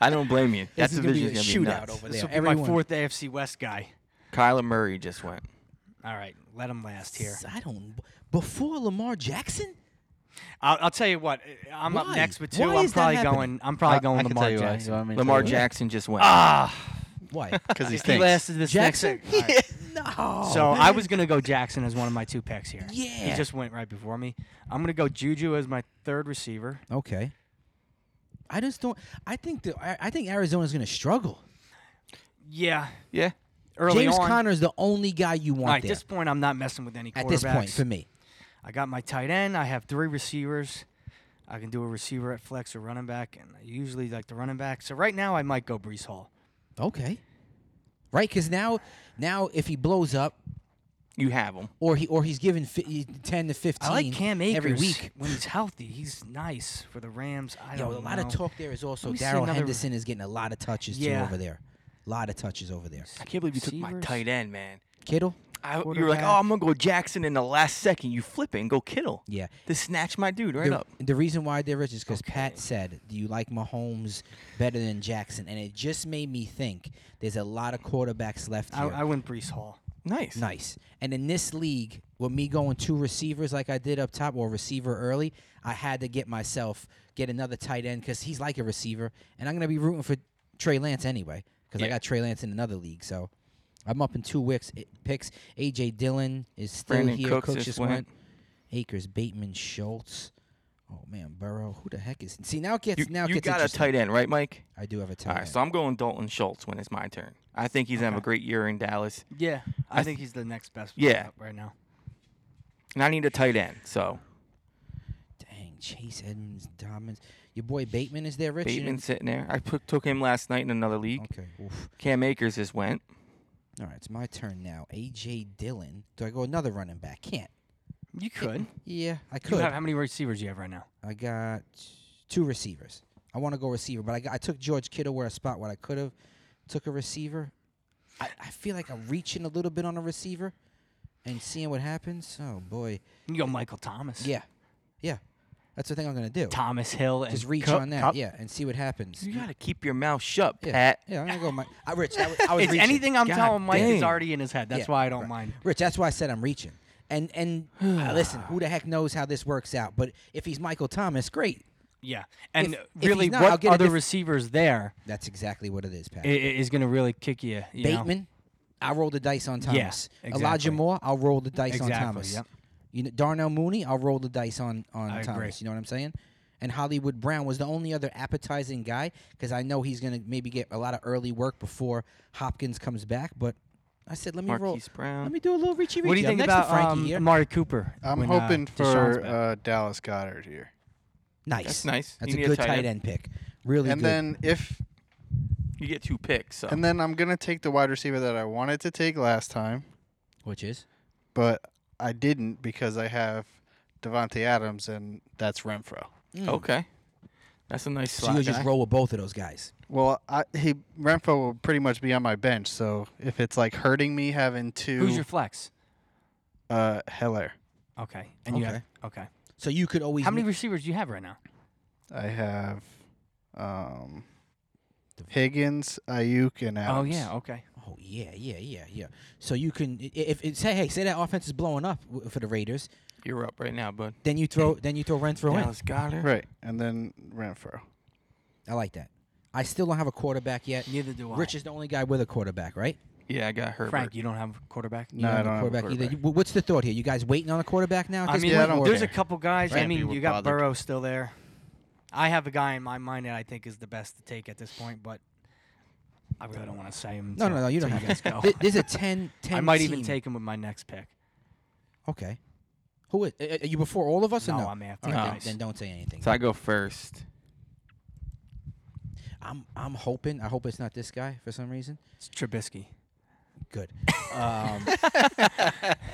I don't blame you. That This is gonna division be a is gonna be shootout nuts. over This there. will be my Everyone- fourth AFC West guy. Kyler Murray just went. All right, let him last here. I don't. Before Lamar Jackson, I'll, I'll tell you what. uh, I'm up Why? next with two. Why I'm is that probably happening? going. I'm probably going I, I can Lamar tell you why. Jackson. You want me to Lamar tell you Jackson just went. Ah, why? because he if he stinks. lasted this Jackson? next. All right. no. So I was gonna go Jackson as one of my two picks here. Yeah. He just went right before me. I'm gonna go Juju as my third receiver. okay. I just don't. I think the. I, I think Arizona's gonna struggle. Yeah. Yeah. Early James on. Conner's the only guy you All want right, there. this point, I'm not messing with any quarterbacks. at this point, for me, I got my tight end. I have three receivers. I can do a receiver at flex or running back, and I usually like the running back. So right now, I might go Brees Hall. okay. Right, because now, now if he blows up, You have him. or he or he's given fi- ten to fifteen I like Cam Akers every week. when he's healthy. He's nice for the Rams. I Yo, don't a lot know. of talk there is also Let me see Daryl another- Henderson is getting a lot of touches Yeah. too over there. A lot of touches over there. I can't believe you took my Receivers. tight end, man. Kittle, I, you were like, oh, Quarterback. I'm gonna go Jackson in the last second. You flip it and go Kittle. yeah. To snatch my dude right the, up. the reason why they're rich is because Pat Okay. said, "Do you like Mahomes better than Jackson?" And it just made me think. There's a lot of quarterbacks left I, here. I went Brees Hall. Nice. nice. And in this league, with me going two receivers like I did up top or receiver early, I had to get myself get another tight end because he's like a receiver, and I'm gonna be rooting for Trey Lance anyway because I Yeah. got Trey Lance in another league. So I'm up in two wicks i- picks. AJ Dillon is still Brandon here. Cooks Cook just just went. went. Akers, Bateman, Schultz. Oh man, Burrow. Who the heck is? See now it gets You, now it you gets got a interesting. tight end, right, Mike? I do have a tight All right. end. So I'm going Dalton Schultz when it's my turn. I think he's gonna have a Okay. great year in Dallas, Yeah, I I, th- think he's the next best. Yeah. up right now. and I need a tight end. So Dang, Chase Edmonds, Dobbins. Your boy Bateman is there, Rich. You didn't- Bateman's sitting there. I took- took him last night in another league. Okay. Oof. Cam Akers just went. All right, it's my turn now. AJ Dillon. Do I go another running back? Can't. You could. Yeah, I You could. have, how many receivers do you have right now? I got two receivers. I want to go receiver, but I, got, I took George Kittle where a spot where I could have took a receiver. I, I feel like I'm reaching a little bit on a receiver and seeing what happens. Oh boy. You can go Michael Thomas. Yeah. Yeah. That's the thing I'm gonna do. Thomas Hill and Just reach Cup- on that, Cup. yeah, and see what happens. You gotta keep your mouth shut, yeah, Pat. yeah, I'm gonna go. My, I, Rich, I, was- I was It's reaching. anything I'm God telling Mike is dang. already in his head. That's Yeah, why I don't right. mind. Rich, that's why I said I'm reaching. And and uh, listen, who the heck knows how this works out? But if he's Michael Thomas, great. Yeah, If- and if he's really, not, I'll what get a other diff- receivers there That's exactly what it is, Pat. i- i- is going to really kick you? you know? Bateman, I roll the dice on Thomas. exactly. Elijah Moore, I'll roll the dice Exactly, on Thomas. yep. You know, Darnell Mooney, I'll roll the dice on on I agree. Thomas. You know what I'm saying? And Hollywood Brown was the only other appetizing guy because I know he's gonna maybe get a lot of early work before Hopkins comes back. But I said, let me roll. Marquise Brown. Let me do a little Richie Richie. What do you I'm think next to about Frankie um, here. Amari Cooper? I'm when, uh, hoping Deshaun's for back? uh, Dallas Goddard here. Nice. That's nice. That's You a need a good tight tight end. end pick. Really And good. then if You get two picks. Oh. So. and then I'm gonna take the wide receiver that I wanted to take last time, Which is? but I didn't because I have Devontae Adams and that's Renfro. okay, that's a nice Mm. So slot. you just guy. roll with both of those guys. Well, I, he Renfro will pretty much be on my bench, so if it's like hurting me having two, Who's your flex? uh, Heller, Okay, and you Okay. have, okay. So you could always. How many ma- receivers do you have right now? I have um, The- Higgins, Ayuk, and Adams. Oh yeah, okay. oh yeah, yeah, yeah, yeah. So you can i- if, if say hey say that offense is blowing up w- for the Raiders, You're up right now, bud. then you throw then you throw Renfro in. Dallas Goddard. right, and then Renfro. I like that. I still don't have a quarterback yet. Neither do I. Rich is the only guy with a quarterback, right? Yeah, I got Herbert. Frank, you don't have a quarterback. You No, I have don't a have a quarterback, either. quarterback. You- wh- What's the thought here? You guys waiting on a quarterback now? At I this mean, Yeah, I point, don't or- there's care. a couple guys. I Can't be mean, you got bothered. Burrow still there. I have a guy in my mind that I think is the best to take at this point, but I really don't want to say him. no, till- no, no. You till don't have guys this. go. There's a 10, 10 I might even team. take him with my next pick. Okay. Who is? a- a- Are you before all of us no, or no? Oh. I'm after All right, No. then, guys. then don't say anything. So I go first. I'm I'm hoping. I hope it's not this guy for some reason. It's Trubisky. Good. Um,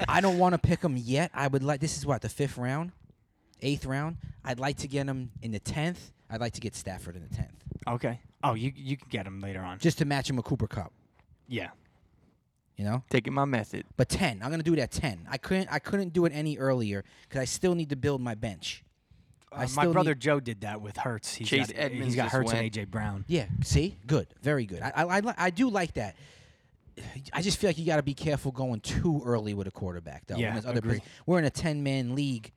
I don't want to pick him yet. I would like. This is what the fifth round, eighth round. I'd like to get him in the tenth. I'd like to get Stafford in the tenth, Okay. Oh, you you can get him later on. just to match him with Cooper Cup. yeah. You know. Taking my method. But ten, I'm gonna do that ten. I couldn't. I couldn't do it any earlier because I still need to build my bench. I Uh, my still brother need- Joe did that with Hurts. He's Chase got, Edmonds he's got just Hurts and went. AJ Brown. Yeah. See. Good. Very good. I I I, li- I do like that. I just feel like you got to be careful going too early with a quarterback, though. when Yeah, there's other agree. posi- We're in a ten-man league.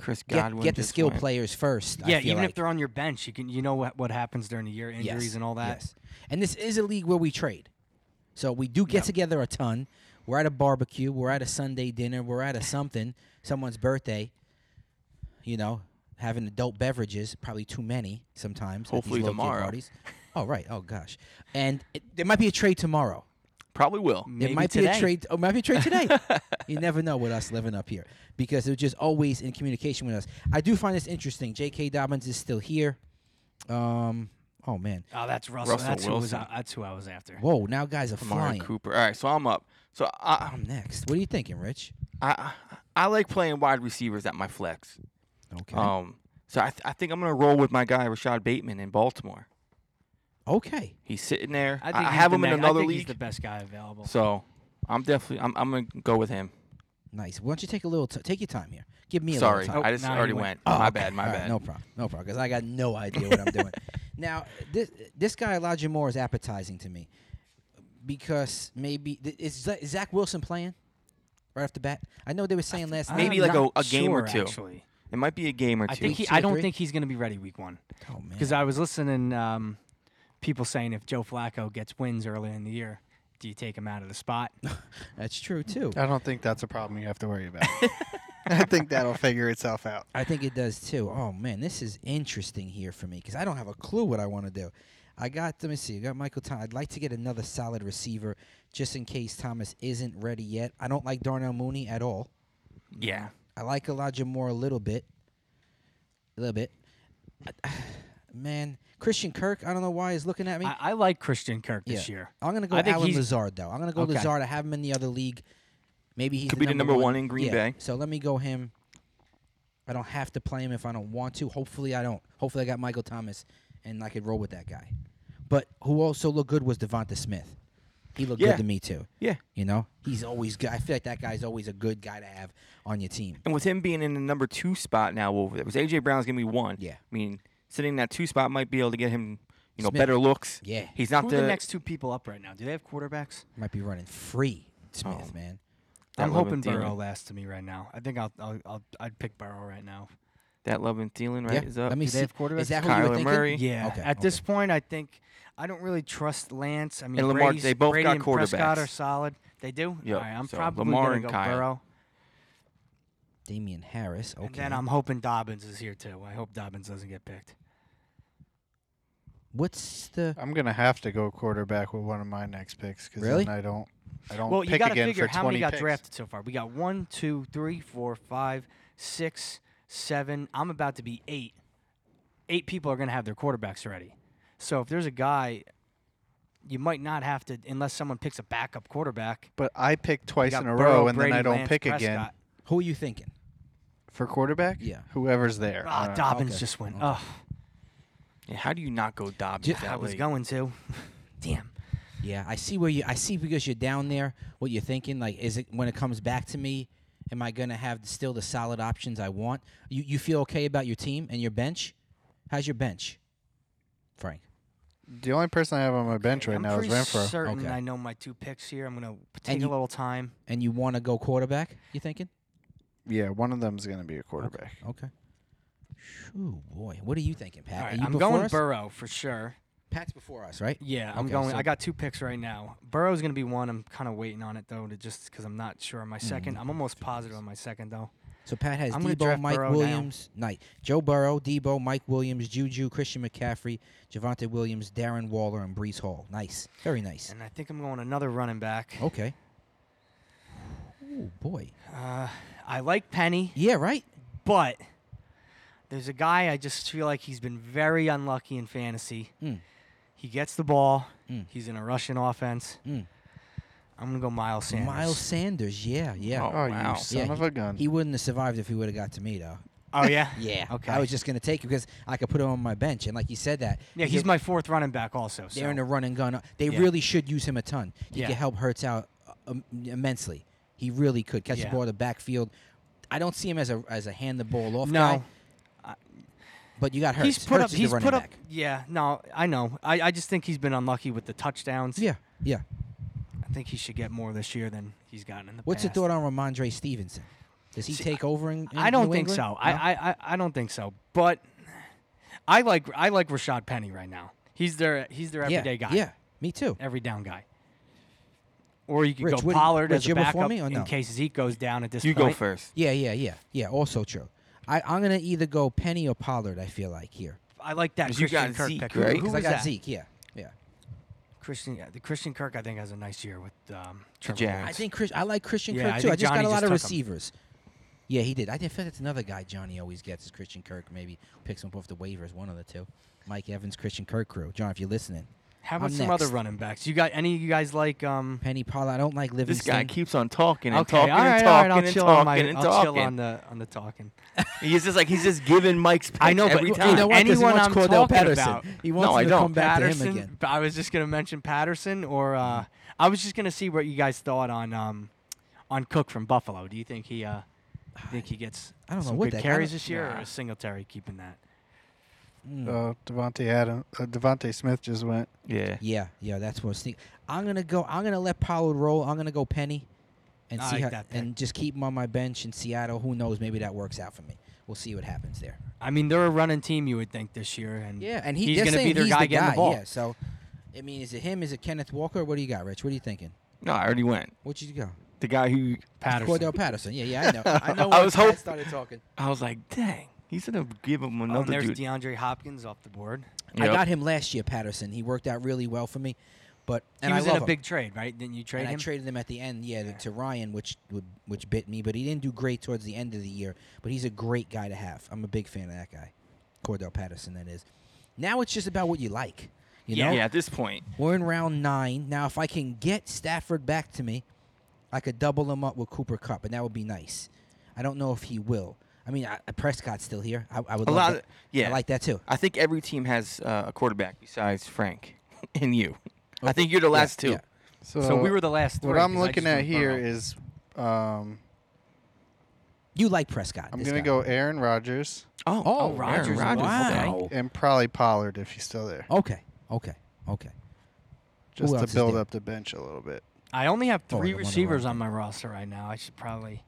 Chris Get, Godwin. get the just skill went. players first. I Yeah, feel even like. if they're on your bench, you can you know what what happens during the year, injuries Yes, and all that. Yes. And this is a league where we trade. So we do get together a ton. We're at a barbecue. We're at a Sunday dinner. We're at a something, someone's birthday. You know, having adult beverages, probably too many sometimes. at these Hopefully low-key tomorrow. Parties. Oh, right. Oh, gosh. And it, there might be a trade tomorrow. Probably will. Maybe it might today. be a trade. Oh, it might be a trade today. you never know with us living up here because they're just always in communication with us. I do find this interesting. J.K. Dobbins is still here. Um. Oh man. Oh, that's Russell. Russell that's who was Wilson. I, that's who I was after. Whoa. Now guys are Amari flying. Cooper. All right, so I'm up. So I, I'm next. What are you thinking, Rich? I I like playing wide receivers at my flex. Okay. Um, so I, th- I think I'm gonna roll with my guy Rashad Bateman in Baltimore. okay. He's sitting there. I, I think I he's have the him in next- I another think league. He's the best guy available. So I'm definitely I'm, I'm gonna go with him. Nice. Why don't you take a little? T- take your time here. Give me a Sorry, little time. Oh, I just nah, he already went. went. Oh, my okay. bad. My All right, bad. No problem. No problem. Because I got no idea what I'm doing. Now, this this guy Elijah Moore is appetizing to me because maybe th- is Za- is Zach Wilson playing right off the bat? I know they were saying last night. maybe like not a- a game or sure, two. Actually, It might be a game or two. I think he, two or I don't three? think he's going to be ready week one Oh man. because I was listening um, people saying if Joe Flacco gets wins early in the year, do you take him out of the spot? That's true too. I don't think that's a problem you have to worry about. I think that'll figure itself out. I think it does too. Oh man, this is interesting here for me because I don't have a clue what I want to do. I got let me see. I got Michael Thomas. I'd like to get another solid receiver just in case Thomas isn't ready yet. I don't like Darnell Mooney at all. yeah. I like Elijah Moore a little bit, a little bit. I- man, Christian Kirk. I don't know why is looking at me. I, I like Christian Kirk this Yeah. year. I'm gonna go I think Alan he's- Lazard though. I'm gonna go Okay. Lazard. I have him in the other league. Maybe he's Could be the number one in Green Yeah, Bay. So let me go him. I don't have to play him if I don't want to. Hopefully I don't. Hopefully I got Michael Thomas and I could roll with that guy. But who also looked good was Devonta Smith. He looked Yeah. good to me too. Yeah. You know, he's always good. I feel like that guy's always a good guy to have on your team. And with him being in the number two spot now over there, because AJ Brown's gonna be one. Yeah. I mean, sitting in that two spot might be able to get him, you know, Smith. better looks. Yeah. He's not Who are the, the next two people up right now? Do they have quarterbacks? Might be running free, Smith, Oh. man. That I'm Love hoping and Thielen. Burrow lasts to me right now. I think I'll, I'll, I'll I'd pick Burrow right now. that love and Thielen right yeah. is up. Let me Do they see. have quarterbacks? Is that who you were Kyler thinking? Murray. Yeah. Okay, At okay. this point, I think I don't really trust Lance. I mean, Lamar, Brady's- they both Brady got and Prescott quarterbacks. are solid. They do. Yeah, All right, I'm so probably Lamar gonna and go Kyle. Burrow, Damian Harris. Okay. and then um, I'm hoping Dobbins is here too. I hope Dobbins doesn't get picked. What's the? I'm gonna have to go quarterback with one of my next picks because Really? then I don't, I don't Well, you pick got to again figure for how 20 many got picks. drafted so far. We got one, two, three, four, five, six, seven. I'm about to be eight. Eight people are going to have their quarterbacks ready. So if there's a guy, you might not have to unless someone picks a backup quarterback. But I pick You twice got in a Burrow, row, and Brady, then I don't Lance, pick Prescott. again Who are you thinking? for quarterback. Yeah. whoever's there. I Ah, don't know. Dobbins okay, just went. okay. Oh, Yeah, how do you not go Dobbins? that I was late? going to. Damn. Yeah, I see where you. I see because you're down there. What you're thinking, like, is it when it comes back to me? Am I gonna have still the solid options I want? You you feel okay about your team and your bench? How's your bench, Frank? the only person I have on my bench right I'm now is pretty Renfro. certain Okay. I know my two picks here. I'm going to take you- a little time. And you want to go quarterback? You thinking? yeah, one of them's gonna be a quarterback. Okay. Shoo, boy, what are you thinking, Pat? All are right, you I'm before going us? Burrow for sure. Pat's before us, right? Yeah, I'm Okay, going. so- I got two picks right now. Burrow's going to be one. I'm kind of waiting on it though, to just because I'm not sure on Mm-hmm. my second. I'm almost positive on my second though. So Pat has I'm gonna Debo, draft Mike Burrow now. Williams, Knight, Joe Burrow, Debo, Mike Williams, Juju, Christian McCaffrey, Javante Williams, Darren Waller, and Brees Hall. Nice, very nice. And I think I'm going another running back. Okay. Oh boy. Uh, I like Penny, Yeah, right. but there's a guy I just feel like he's been very unlucky in fantasy. Mm. He gets the ball. Mm. He's in a Russian offense. Mm. I'm gonna go Miles Sanders. Miles Sanders. Yeah, yeah. Oh, Oh, wow. you son Yeah, of a gun! He wouldn't have survived if he would have got to me though. Oh yeah. Yeah. Okay. I was just gonna take him because I could put him on my bench, and like you said that. yeah, he he's could- my fourth running back also. So. They're in a run and gun. They Yeah. really should use him a ton. He Yeah. could help Hurts out uh, um, immensely. He really could catch Yeah. the ball in the backfield. I don't see him as a as a hand the ball off No. guy. But you got Hurts. He's put Hurts up. is the He's running put up. back. Yeah. No, I know. I, I just think he's been unlucky with the touchdowns. Yeah, yeah. I think he should get more this year than he's gotten in the What's past. your thought on Ramondre Stevenson? Does he See, take over in, in I don't New think so. England? I, No? I, I I don't think so. But I like I like Rashad Penny right now. He's their he's their yeah, everyday guy. Yeah, me too. Every down guy. Or you could Rich, go would- Pollard Rich, as a you're before backup me or no? in case Zeke goes down at this You point. go first. Yeah, yeah, yeah, yeah. Also true. I, I'm gonna either go Penny or Pollard. I feel like here I like that 'Cause you Christian got Kirk Zeke, pick. right? Who because is I got that? Zeke. Yeah, yeah. Christian yeah, the Christian Kirk I think has a nice year with um Trevor Jags. I Lawrence. think Chris, I like Christian Yeah, Kirk I too. I, think just Johnny got a lot just of took him. receivers. Yeah, he did. I think that's another guy Johnny always gets is Christian Kirk. Maybe picks him up off the waivers. One of the two. Mike Evans, Christian Kirk crew. John, if you're listening, How about I'm some other next. running backs? You got any of you guys like um Penny Paula. I don't like This Livingston. guy keeps on talking and Okay, talking all right, and all right, talking I'll and chill talking on my, and I'll talking. chill on the on the talking. He's just like he's just giving Mike's picks I know, but every you time. you know what? 'Cause Anyone he wants I'm Cordell talking Patterson. about- He wants No, him I to don't. come back to him again. Patterson. I was just gonna mention Patterson, or uh, I was just gonna see what you guys thought on um, on Cook from Buffalo. Do you think he uh, you think he gets I don't know some what good that- I carries don't- this year, Nah. or is Singletary keeping that? Mm. Uh, Devonte Adam, uh, Devonte Smith just went. yeah. yeah, yeah. That's what sneak. I'm gonna go. I'm gonna let Pollard roll. I'm gonna go Penny, and I see like how, that pick. and just keep him on my bench in Seattle. Who knows? Maybe that works out for me. We'll see what happens there. I mean, they're a running team, you would think this year, and Yeah, and he, he's they're gonna be saying their he's guy the getting the guy, ball. Yeah, so, I mean, is it him? Is it Kenneth Walker? What do you got, Rich? What are you thinking? No, I already went. What you go? The guy who Patterson. Cordell Patterson. Yeah, yeah, I know. I know. I when was Pat hope- started talking. I was like, dang, he's gonna give him Oh, and another there's dude. DeAndre Hopkins off the board. I Yep. got him last year, Patterson. He worked out really well for me, but and he was I love in a him. big trade, right? Didn't you trade and him? I traded him at the end, yeah, to Ryan, which would- which bit me, but he didn't do great towards the end of the year. But he's a great guy to have. I'm a big fan of that guy, Cordell Patterson. That is. Now it's just about what you like. You Yeah. know? Yeah, at this point, We're in round nine. Now, if I can get Stafford back to me, I could double him up with Cooper Cup, and that would be nice. I don't know if he will. I mean, I, Prescott's still here. I, I would A love lot that. of- yeah. I like that too. I think every team has uh, a quarterback besides Frank and you. I think you're the Yeah, last two. yeah. So, so we were the last three. what I'm 'cause I looking just at wrote here Burrow. is um, You like Prescott. I'm this gonna guy. go Aaron Rodgers Oh, Oh, Aaron Rodgers. Rodgers, Wow. okay. and probably Pollard if he's still there, Okay. Okay. Okay. just Oh, else to is build there? up the bench a little bit. I only have Oh, three the one that receivers wrote on my roster right now. I should probably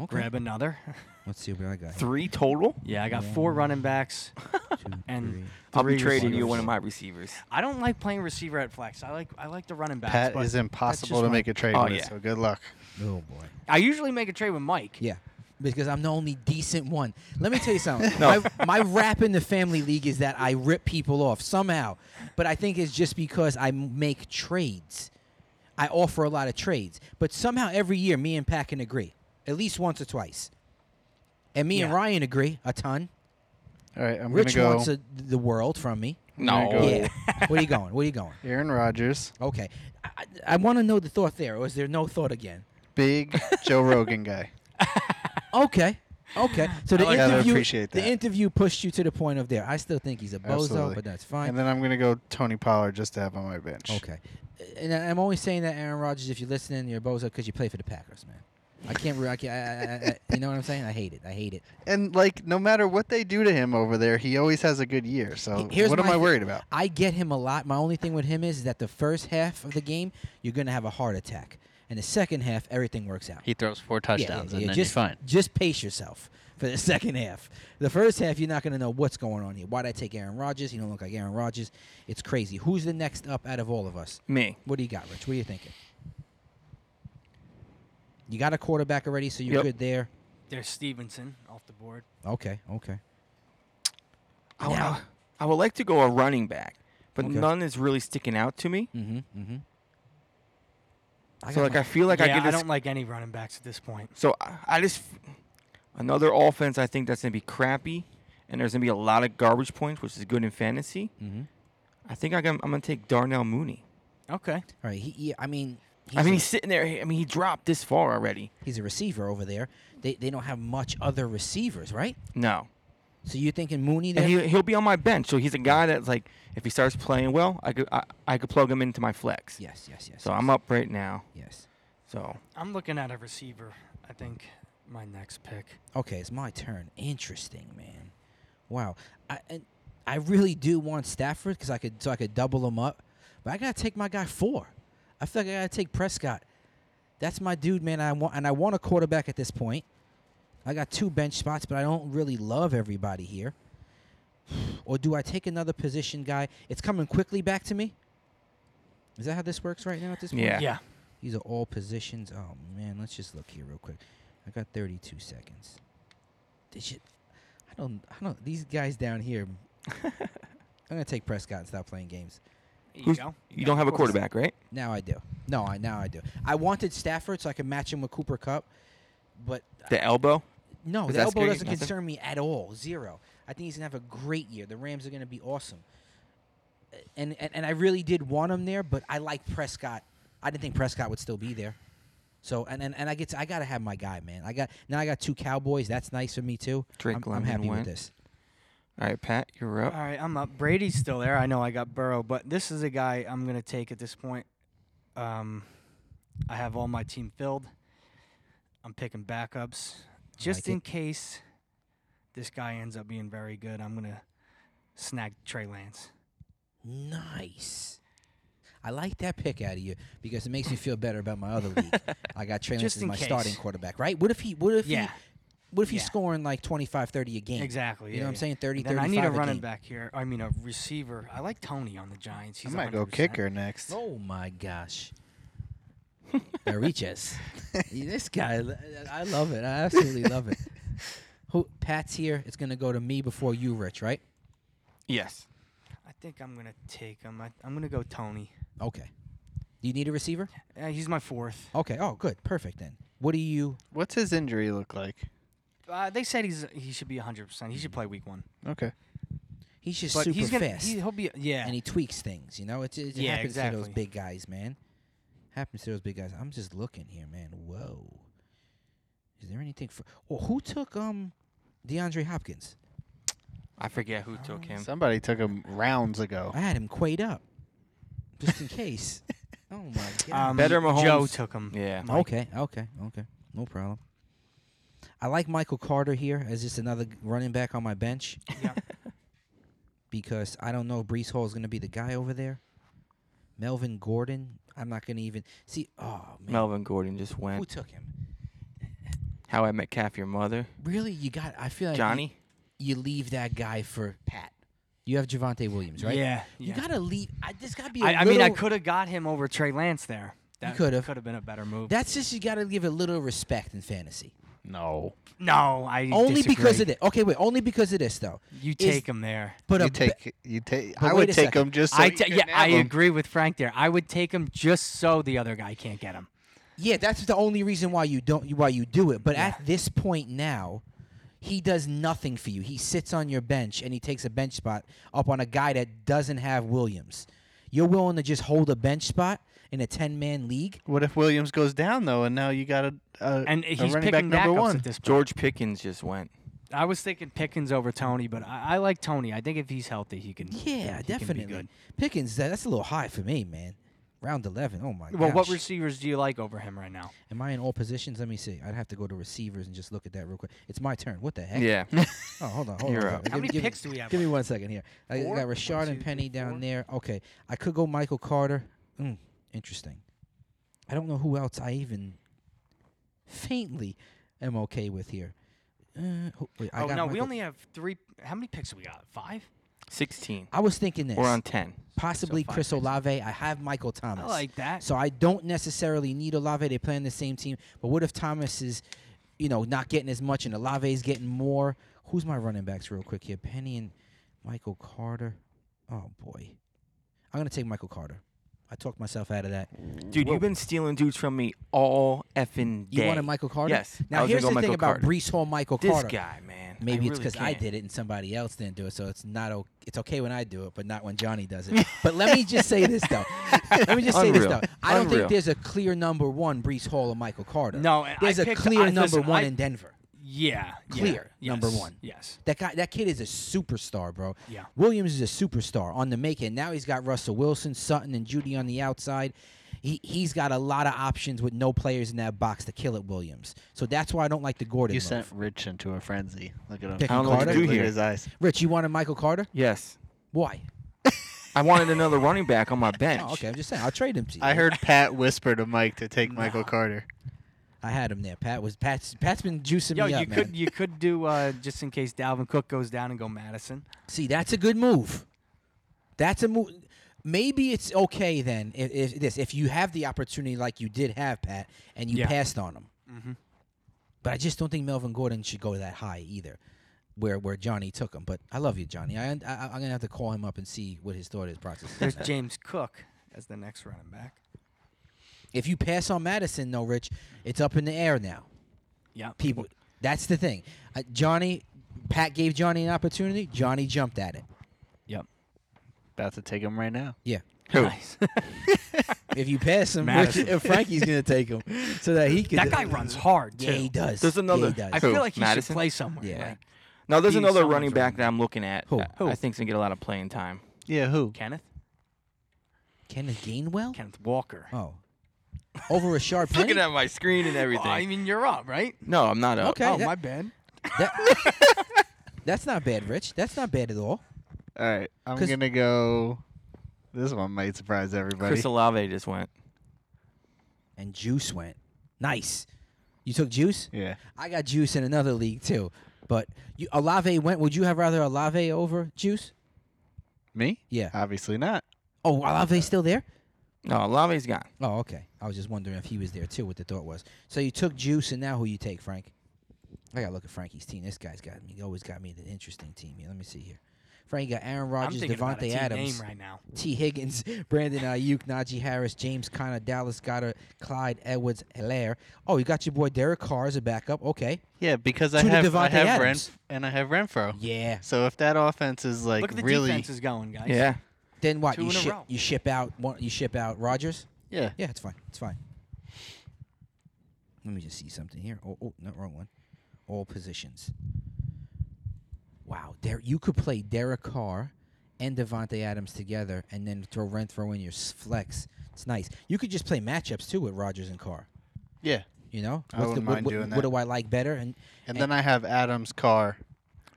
Okay. grab another. Let's see what I got. here. Three total. yeah, I got four running backs. Two, and three. I'll be Three trading you receivers. one of my receivers. I don't like playing receiver at flex. I like I like the running backs. Pat but is impossible just to my- make a trade Oh, with, yeah. so good luck. Oh boy. I usually make a trade with Mike. Yeah. Because I'm the only decent one. Let me tell you something. No. my, my rap in the family league is that I rip people off somehow, but I think it's just because I m- make trades. I offer a lot of trades, but somehow every year me and Pat can agree at least once or twice, and me and Yeah. Ryan agree a ton. All right, I'm Rich gonna go wants a, the world from me. gonna No. go- Yeah. Where you going? Where you going? Aaron Rodgers, Okay. I, I, I want to know the thought there, or is there no thought again? big Joe Rogan guy. Okay. Okay. So the I like that. interview, Appreciate the that. interview pushed you to the point of there. I still think he's a bozo, Absolutely. but that's fine. And then I'm gonna go Tony Pollard just to have on my bench. okay. Uh, And I- I'm only saying that Aaron Rodgers, if you're listening, you're a bozo because you play for the Packers, man. I can't. Re- I can't I, I, I, you know what I'm saying? I hate it. I hate it. And like, no matter what they do to him over there, he always has a good year. So He- here's Oh, what am my I thi- worried about? I get him a lot. My only thing with him is that the first half of the game, you're gonna have a heart attack, and the second half, everything works out. He throws four Yeah, yeah, touchdowns yeah, and then just, you're fine. Just pace yourself for the second half. The first half, you're not going to know what's going on here. Why'd I take Aaron Rodgers? He don't look like Aaron Rodgers. It's crazy. Who's the next up out of all of us? Me. What do you got, Rich? What are you thinking? You got a quarterback already, so you're Yep. good there. There's Stevenson off the board. Okay, okay. I, w- I Now- w- I would like to go a running back, but Okay. none is really sticking out to me. Mm-hmm, mm-hmm. so like I feel like yeah, I get. a s- don't like any running backs at this point. So I, I just another offense. I think that's gonna be crappy, and there's gonna be a lot of garbage points, which is good in fantasy. mm-hmm. I think I can, I'm gonna take Darnell Mooney. Okay. All right, he, he, I mean, he's, I mean, a, he's sitting there. I mean, he dropped this far already. he's a receiver over there. They, they don't have much other receivers, right? No, So you're thinking Mooney there? and he he'll be on my bench. So he's a guy that's like, if he starts playing well, I could I, I could plug him into my flex. yes, yes, yes. So yes, I'm up right now. Yes. So I'm looking at a receiver. I think my next pick. Okay, it's my turn. Interesting, man. Wow. I and I really do want Stafford because I could so I could double him up, but I gotta take my guy four. I feel like I gotta take Prescott. That's my dude, man. I want and I want a quarterback at this point. I got two bench spots, but I don't really love everybody here. Or do I take another position guy? It's coming quickly back to me. Is that how this works right now at this point? Yeah. Yeah. These are all positions. Oh man, let's just look here real quick. I got 32 seconds. Did you? I don't. I don't. These guys down here. I'm gonna take Prescott and stop playing games. There you Who's- go. you got don't have a your quarterback. quarterback, right? Now I do. No, I now I do. I wanted Stafford so I could match him with Cooper Cup, but The elbow. no, Does the that elbow scare you? doesn't Nothing? concern me at all. Zero. I think he's gonna have a great year. The Rams are gonna be awesome. And and, and I really did want him there, but I like Prescott. I didn't think Prescott would still be there. So and and, and I get to, I gotta have my guy, man. I got now I got two Cowboys. That's nice for me too. Drake I'm, I'm London happy with went. this. All right, Pat, you're Oh. All up. right, I'm up. Brady's still there. I know I got Burrow, but this is a guy I'm gonna take at this point. Um, I have all my team filled. I'm picking backups just like in it. case this guy ends up being very good. I'm gonna snag Trey Lance. Nice. I like that pick out of you because it makes me feel better about my other league. I got Trey Lance Just as in my case. starting quarterback, right? What if he what if yeah, he what if he's yeah. scoring like 25 30 a game? exactly. You know yeah, what I'm yeah. saying? 30 Then I need 35 a a running game. back here. I mean, a receiver. I like Tony on the Giants. He's I might go 100%. kicker next. Oh my gosh. Bariches. this guy, I love it. I absolutely love it. Who Pat's here. It's going to go to me before you, Rich, right? Yes. I think I'm gonna take him. I, I'm gonna go Tony. Okay. Do you need a receiver? Uh, he's my fourth. Okay. Oh, good. Perfect then. What do you. What's his injury look like? Uh, they said he's he should be 100. percent He should play week one. Okay. He's just But super he's gonna fast. He, will be yeah. and he tweaks things, you know? It, it Yeah, happens to those exactly. big guys, man. Happens to those big guys. I'm just looking here, man. Whoa. Is there anything for. Well, who took um DeAndre Hopkins? I forget who took him. Oh. Somebody took him rounds ago. I had him quayed up, just in case. Oh my god. Um, Better Mahomes. Joe took him. Yeah. Mike. okay, okay, okay. No problem. I like Michael Carter here as just another g- running back on my bench. Yeah. because I don't know if Brees Hall is going to be the guy over there. Melvin Gordon, I'm not going to even see. Oh man, Melvin Gordon just who went. took him? How I Met Calf Your Mother. Really, you got? I feel like you- Johnny. you, leave that guy for Pat. You have Javante Williams, right? Yeah. You yeah. gotta leave. I, there's gotta be. a I, I mean, I little- could have got him over Trey Lance there. That could've. Could have been a better move. That's just you gotta give a little respect in fantasy. No. no, I only because disagree. of this. Okay, wait. Only because of this though. You is- take him there. But you a take you take. but I wait would a take second. him just. So I you ta- couldn't yeah, have I him. agree with Frank there. I would take him just so the other guy can't get him. Yeah, that's the only reason why you don't why you do it. But Yeah. at this point now, he does nothing for you. He sits on your bench and he takes a bench spot up on a guy that doesn't have Williams. You're willing to just hold a bench spot in a ten man league? What if Williams goes down though, and now you got a, a And a he's running back picking number backups one? at this point. George Pickens just went. I was thinking Pickens over Tony, but I, I like Tony. I think if he's healthy, he can. he Yeah, can be definitely. good. Pickens, that, that's a little high for me, man. Round eleven. Oh my Well, gosh. what receivers do you like over him right now? Am I in all positions? Let me see. I'd have to go to receivers and just look at that real quick. It's my turn. What the heck? Yeah. Oh, hold on. Hold You're on. up. Give How me- many give me- picks do we have Give me one second here. I Four? got Rashard One, and two, Penny three, down four. there. Okay, I could go Michael Carter. Mm, interesting. I don't know who else I even faintly am okay with here. Uh, who- wait, I oh got no, we Michael- only have three. How many picks do we got? Five. 16. I was thinking this. We're on 10. possibly five Chris picks. Olave. I have Michael Thomas. I like that. So I don't necessarily need Olave. They play on the same team. But what if Thomas is, you know, not getting as much and Olave is getting more? Who's my running backs real quick here? Penny and Michael Carter. Oh boy, I'm gonna take Michael Carter. I talked myself out of that. Dude, you've been stealing dudes from me all effing You day. wanted Michael Carter. Yes. I Now was gonna here's go the Michael thing about Carter. Brees Hall, Michael This Carter. guy, man. I Maybe it's really because I can't. did it and somebody else didn't do it, so it's not o- it's okay when I do it, but not when Johnny does it. but let me just say this though. Let me just say this though. Unreal. I don't Unreal. think there's a clear number one Brees Hall and Michael Carter. No, and I there's a picked- clear I- number listen, one I- in Denver. Yeah. yeah, Clear, yes, number one. Yes. That guy, that kid is a superstar, bro. Yeah. Williams is a superstar on the make, and now he's got Russell Wilson, Sutton, and Judy on the outside. He he's got a lot of options with no players in that box to kill at Williams. So that's why I don't like the Gordon. You move. sent Rich into a frenzy. Look at him. Picking I don't know what to Carter? do Look at here. His eyes. Rich. You wanted Michael Carter? Yes. Why? I wanted another running back on my bench. Oh, okay. I'm just saying. I'll trade him to you. I heard Pat whisper to Mike to take Michael Carter. I had him there. Pat was Pat's. Pat's been juicing Yo, me you up, man. could you could do uh, just in case Dalvin Cook goes down and go Madison. See, that's a good move. That's a move. Maybe it's okay then if, if this if you have the opportunity like you did have Pat and you Yeah. passed on him. But I just don't think Melvin Gordon should go that high either, where where Johnny took him. But I love you, Johnny. I, I I'm gonna have to call him up and see what his thought is process. is on There's that. James Cook as the next running back. if you pass on Madison, though, Rich, it's up in the air now. Yeah. People, that's the thing. Uh, Johnny, Pat gave Johnny an opportunity. Johnny jumped at it. Yep. About to take him right now. Yeah. Who? Nice. If you pass him, Rich, Madison. uh, Frankie's gonna take him so that he could. that guy runs hard too. Yeah, he does. There's another- Yeah, he I does. Who? feel like he Madison? should play somewhere. Yeah. like Now, there's He's another someone's running back running that I'm looking at. Who? uh, Who? I think's going to get a lot of playing time. Yeah, who? Kenneth. Kenneth Gainwell. Kenneth Walker. Oh, over a sharp penny. Looking at my screen and everything. Well, Oh, I mean, you're up, right? Oh, no, I'm not up. Oh, Okay, that- bad. that- that's not bad, Rich. That's not bad at all. All right, I'm 'Cause- gonna go. This one might surprise everybody. Chris Olave just went. And Juice went nice. You took Juice. yeah, I got Juice in another league too. But you, Alave went. Would you have rather Alave over Juice? me? Yeah. Uh, Obviously not. Oh, Alave's still there. No, Olave's gone. Oh, okay. I was just wondering if he was there too. What the thought was. So you took Juice, and now who you take, Frank? I gotta look at Frankie's team. This guy's got me. he Always got me the interesting team. Here, let me see here. Frank you got Aaron I'm Rodgers, thinking about a Devontae team Adams, name right now. T. Higgins, Brandon Ayuk, Najee Harris, James Conner, Dallas Goddard, Clyde Edwards, Hilaire. Oh, you got your boy Derek Carr as a backup. Okay. Yeah, because I To the have I Devontae have Adams. Renf- and I have Renfro. Yeah. So if that offense is like Look at the really, defense is going, guys. Yeah. Then what? Two You in a ship row. you ship out one, you ship out Rodgers. yeah, Yeah, it's fine. It's fine. Let me just see something here. Oh, oh not wrong one. All positions. Wow, there you could play Derek Carr and Devonte Adams together, and then throw Renfro in your s- flex. It's nice. You could just play matchups too with Rogers and Carr. Yeah. You know, I What's wouldn't what, mind what- doing what that. do I like better? And And then I have Adams Carr.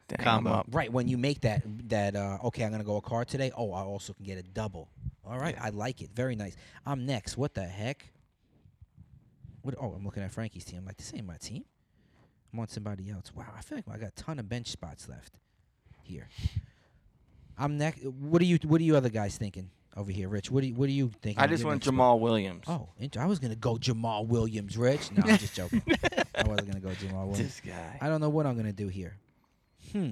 Dang, Combo. I'm up. right when you make that that uh, okay, I'm gonna go a car today. Oh, I also can get a double. All right, I like it. Very nice. I'm next. What the heck? What? Oh, I'm looking at Frankie's team. I'm like, this ain't my team. I'm on somebody else. Wow, I feel like I got a ton of bench spots left here. I'm next. What are you? What are you other guys thinking over here, Rich? What are you, What are you thinking? I on just your went bench spot? Jamal Williams. Oh, int- I was gonna go Jamal Williams, Rich. No, I'm just joking. I wasn't gonna go Jamal Williams. this guy. I don't know what I'm gonna do here. Hmm.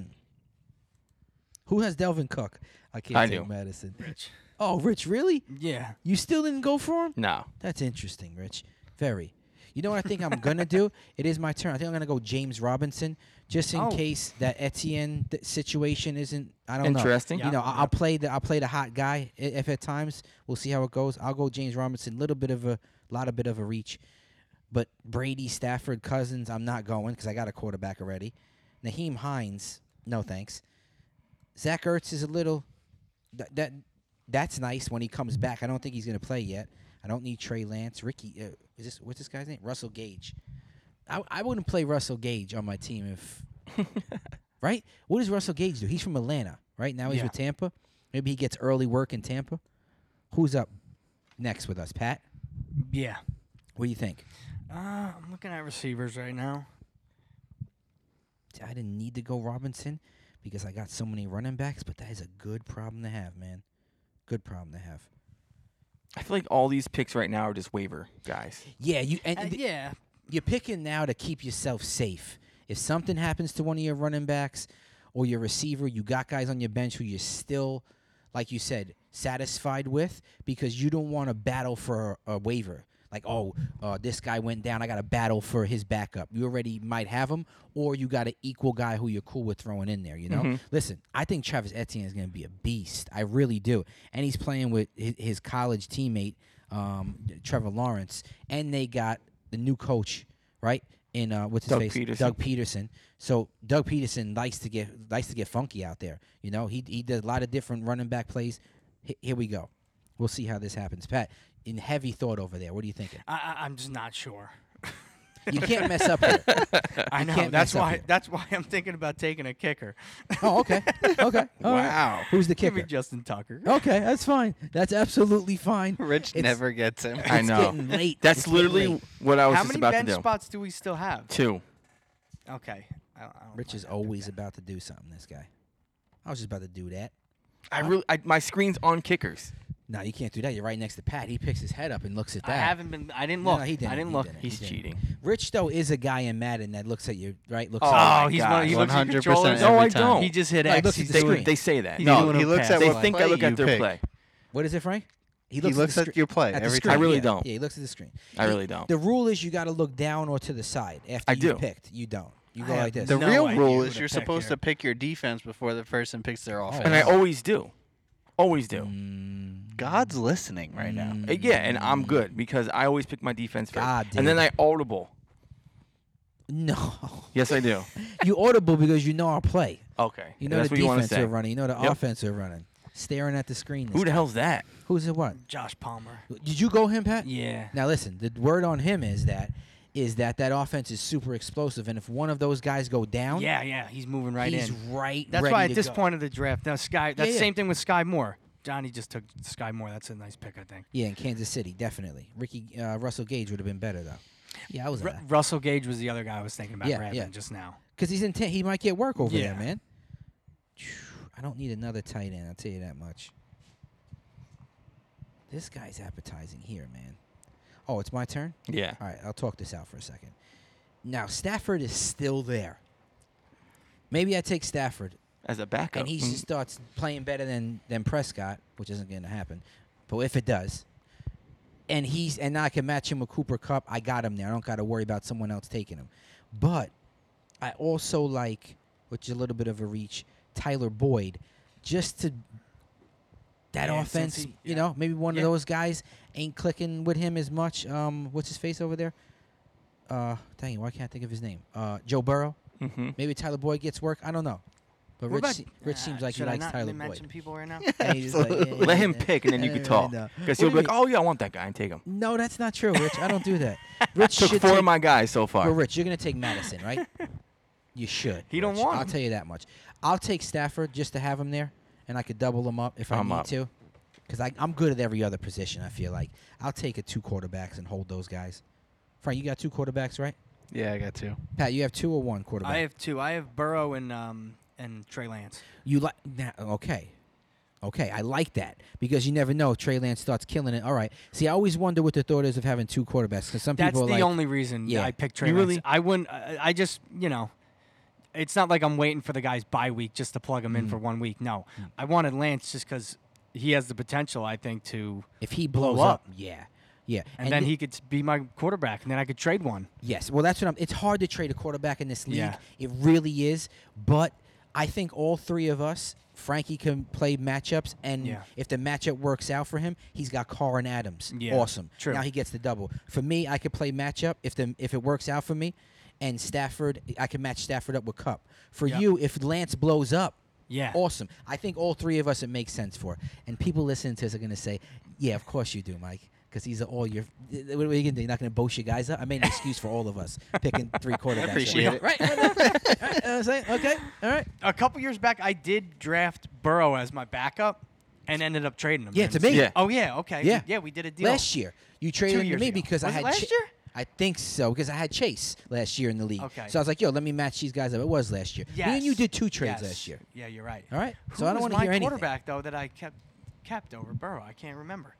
Who has Delvin Cook? I can't I take do. Madison. Rich. Oh, Rich, really? Yeah. You still didn't go for him? no. That's interesting, Rich. Very. You know what I think I'm gonna do? It is my turn. I think I'm gonna go James Robinson, just in Oh. case that Etienne th- situation isn't. I don't know. Interesting. You know, I- I'll play the I'll play the hot guy. i- If at times we'll see how it goes. I'll go James Robinson. Little bit of a lot of bit of a reach, but Brady, Stafford, Cousins. I'm not going because I got a quarterback already. Naheem Hines. No thanks. Zach Ertz is a little. That, that that's nice when he comes back. I don't think he's gonna play yet. I don't need Trey Lance. Ricky, uh, is this what's this guy's name? Russell Gage. I, I wouldn't play Russell Gage on my team if right? What does Russell Gage do? He's from Atlanta, right? Now he's Yeah. with Tampa. Maybe he gets early work in Tampa. Who's up next with us, Pat? Yeah. What do you think? Uh, I'm looking at receivers right now. I didn't need to go Robinson because I got so many running backs, but that is a good problem to have, man. Good problem to have. I feel like all these picks right now are just waiver guys. Yeah, you and Uh, th- yeah. you're picking now to keep yourself safe. If something happens to one of your running backs or your receiver, you got guys on your bench who you're still, like you said, satisfied with because you don't want to battle for a waiver. Like, oh, uh, this guy went down. I got to battle for his backup. You already might have him, or you got an equal guy who you're cool with throwing in there. You know, Mm-hmm. listen, I think Travis Etienne is going to be a beast. I really do, and he's playing with his, his college teammate, um, Trevor Lawrence, and they got the new coach, right? In uh, what's his Doug face? Peterson. Doug Peterson. So Doug Peterson likes to get likes to get funky out there. You know, he he does a lot of different running back plays. H- here we go. We'll see how this happens, Pat. In heavy thought over there. What are you thinking? I, I, I'm just not sure. You can't mess up here. I know. can't That's mess up why. here. That's why I'm thinking about taking a kicker. Oh, okay, okay. All right. Wow. Who's the Give me kicker? Oh, Justin Tucker. Okay, that's fine. That's absolutely fine. Rich It's- never gets him. I know. getting late. That's It's getting literally late. what I was How just many about to bench do. spots do we still have? Two. Okay. I don't, I don't Rich like is that. always about to do something. This guy. I was just about to do that. I really. I, my screen's on kickers. No, you can't do that. You're right next to Pat. He picks his head up and looks at I that. haven't been. I didn't No, look. no, he didn't. I didn't He look. didn't. He's didn't. cheating. Rich though is a guy in Madden that looks at you, right? Looks at Oh, Oh, my he's gosh. one, he looks at your 100% controller. every No, I time. don't. He just hit No, he X. looks at He's the They, screen. doing- would- they say that. He's No, doing No, a he little looks pass. at they what think play I look you at their pick. play. What is it, Frank? He the looks at screen- your play at the every screen, time. I really yeah. don't. Yeah, he looks at the screen. I He- really don't. The rule is you got to look down or to the side after I you do. picked. You don't. You I go have like this. The No real idea rule who is to you're pick supposed here. to pick your defense before the person picks their offense. and I Yeah. always do. Always do. Mm. God's listening right now. Uh, Yeah, and I'm good because I always pick my defense first. God and then damn. I audible. No, Yes, I do. you audible because you know our play. Okay. You know That's the what you want to defense say. are running. You know the Yep. offense are running. Staring at the screen. this Who the guy. hell's that? Who's it? What? Josh Palmer. Did you go him, Pat? Yeah. Now listen, the word on him is that is that that offense is super explosive, and if one of those guys go down, Yeah, yeah. He's moving right he's in. right. That's ready why at to this go. point of the draft, now Sky. That's yeah. same thing with Sky Moore. Johnny just took Sky Moore. That's a nice pick, I think. Yeah, in Kansas City, definitely. Ricky uh, Russell Gage would have been better though. Yeah, I was Ru- Russell Gage was the other guy I was thinking about Yeah, grabbing yeah. just now. because he's in. T- he might get work over there, Yeah. man. I don't need another tight end. I'll tell you that much. This guy's appetizing here, man. Oh, it's my turn. Yeah. All right, I'll talk this out for a second. Now Stafford is still there. Maybe I take Stafford As a backup. and he Mm. just starts playing better than than Prescott, which isn't going to happen. But if it does, and he's and I can match him with Cooper Cup, I got him there. I don't got to worry about someone else taking him. But I also like, which is a little bit of a reach, Tyler Boyd, just to that Yeah, offense. since he- You yeah. know, maybe one Yeah. of those guys ain't clicking with him as much. Um, what's his face over there? Uh, dang it, why can't I think of his name? Uh, Joe Burrow. Mhm. Maybe Tyler Boyd gets work. I don't know. But We're Rich, about- se- Rich seems Ah, like he should I likes not Tyler mention Boyd. people right now. And he's like, yeah, Absolutely. yeah, Let yeah, him yeah. pick, and then you can Yeah, talk. no. Because What he'll do be you like, "Oh yeah, I want that guy," and take him. No, that's not true, Rich. I don't do that. Rich Took should four take, of my guys so far. Well, Rich, you're gonna take Madison, right? you should. He don't Rich. want I'll him. tell you that much. I'll take Stafford just to have him there, and I could double him up if i I'm need up. to. Because I'm good at every other position. I feel like I'll take a two quarterbacks and hold those guys. Frank, you got two quarterbacks, right? Yeah, I got two. Pat, you have two or one quarterback. I have two. I have Burrow and um and Trey Lance. You like that? Okay, okay. I like that because you never know. Trey Lance starts killing it. All right. See, I always wonder what the thought is of having two quarterbacks because some That's the people are like, only reason Yeah. I picked Trey You Lance. really- I wouldn't. I, I just you know, it's not like I'm waiting for the guy's bye week just to plug him in for Mm. one week. No, I wanted Lance just because he has the potential. I think to if he blows blow up, up. yeah, yeah, and, then he. he could be my quarterback, and then I could trade one. Yes. Well, that's what I'm. It's hard to trade a quarterback in this league. Yeah. It really is. But I think all three of us, Frankie can play matchups, and Yeah. if the matchup works out for him, he's got Carr and Adams. Yeah, Awesome. true. Now he gets the double. For me, I could play matchup if the if it works out for me, and Stafford, I can match Stafford up with Cup. For Yep. you, if Lance blows up. Yeah. Awesome. I think all three of us it makes sense for. And people listening to us are going to say, "Yeah, of course you do, Mike." Because these are all your. What are you going to do? You're not going to boast your guys up? I made an excuse for all of us picking three quarterbacks. appreciate right? it. Right? Right? Right? I was like, okay, all right. A couple years back, I did draft Burrow as my backup, and ended up trading him. Yeah, him. to me. Yeah. Oh yeah. Okay. Yeah. Yeah, we did a deal. Last year, you traded Two him to years me ago. because I Was it had. last year? I think so because I had Chase last year in the league. Okay. So I was like, yo, let me match these guys up. It was last year. Me and you Yes. did two trades Yes. last year. Yeah, you're right. All right. Who so I don't was want to my hear anything. quarterback though that I kept kept over Burrow? I can't remember.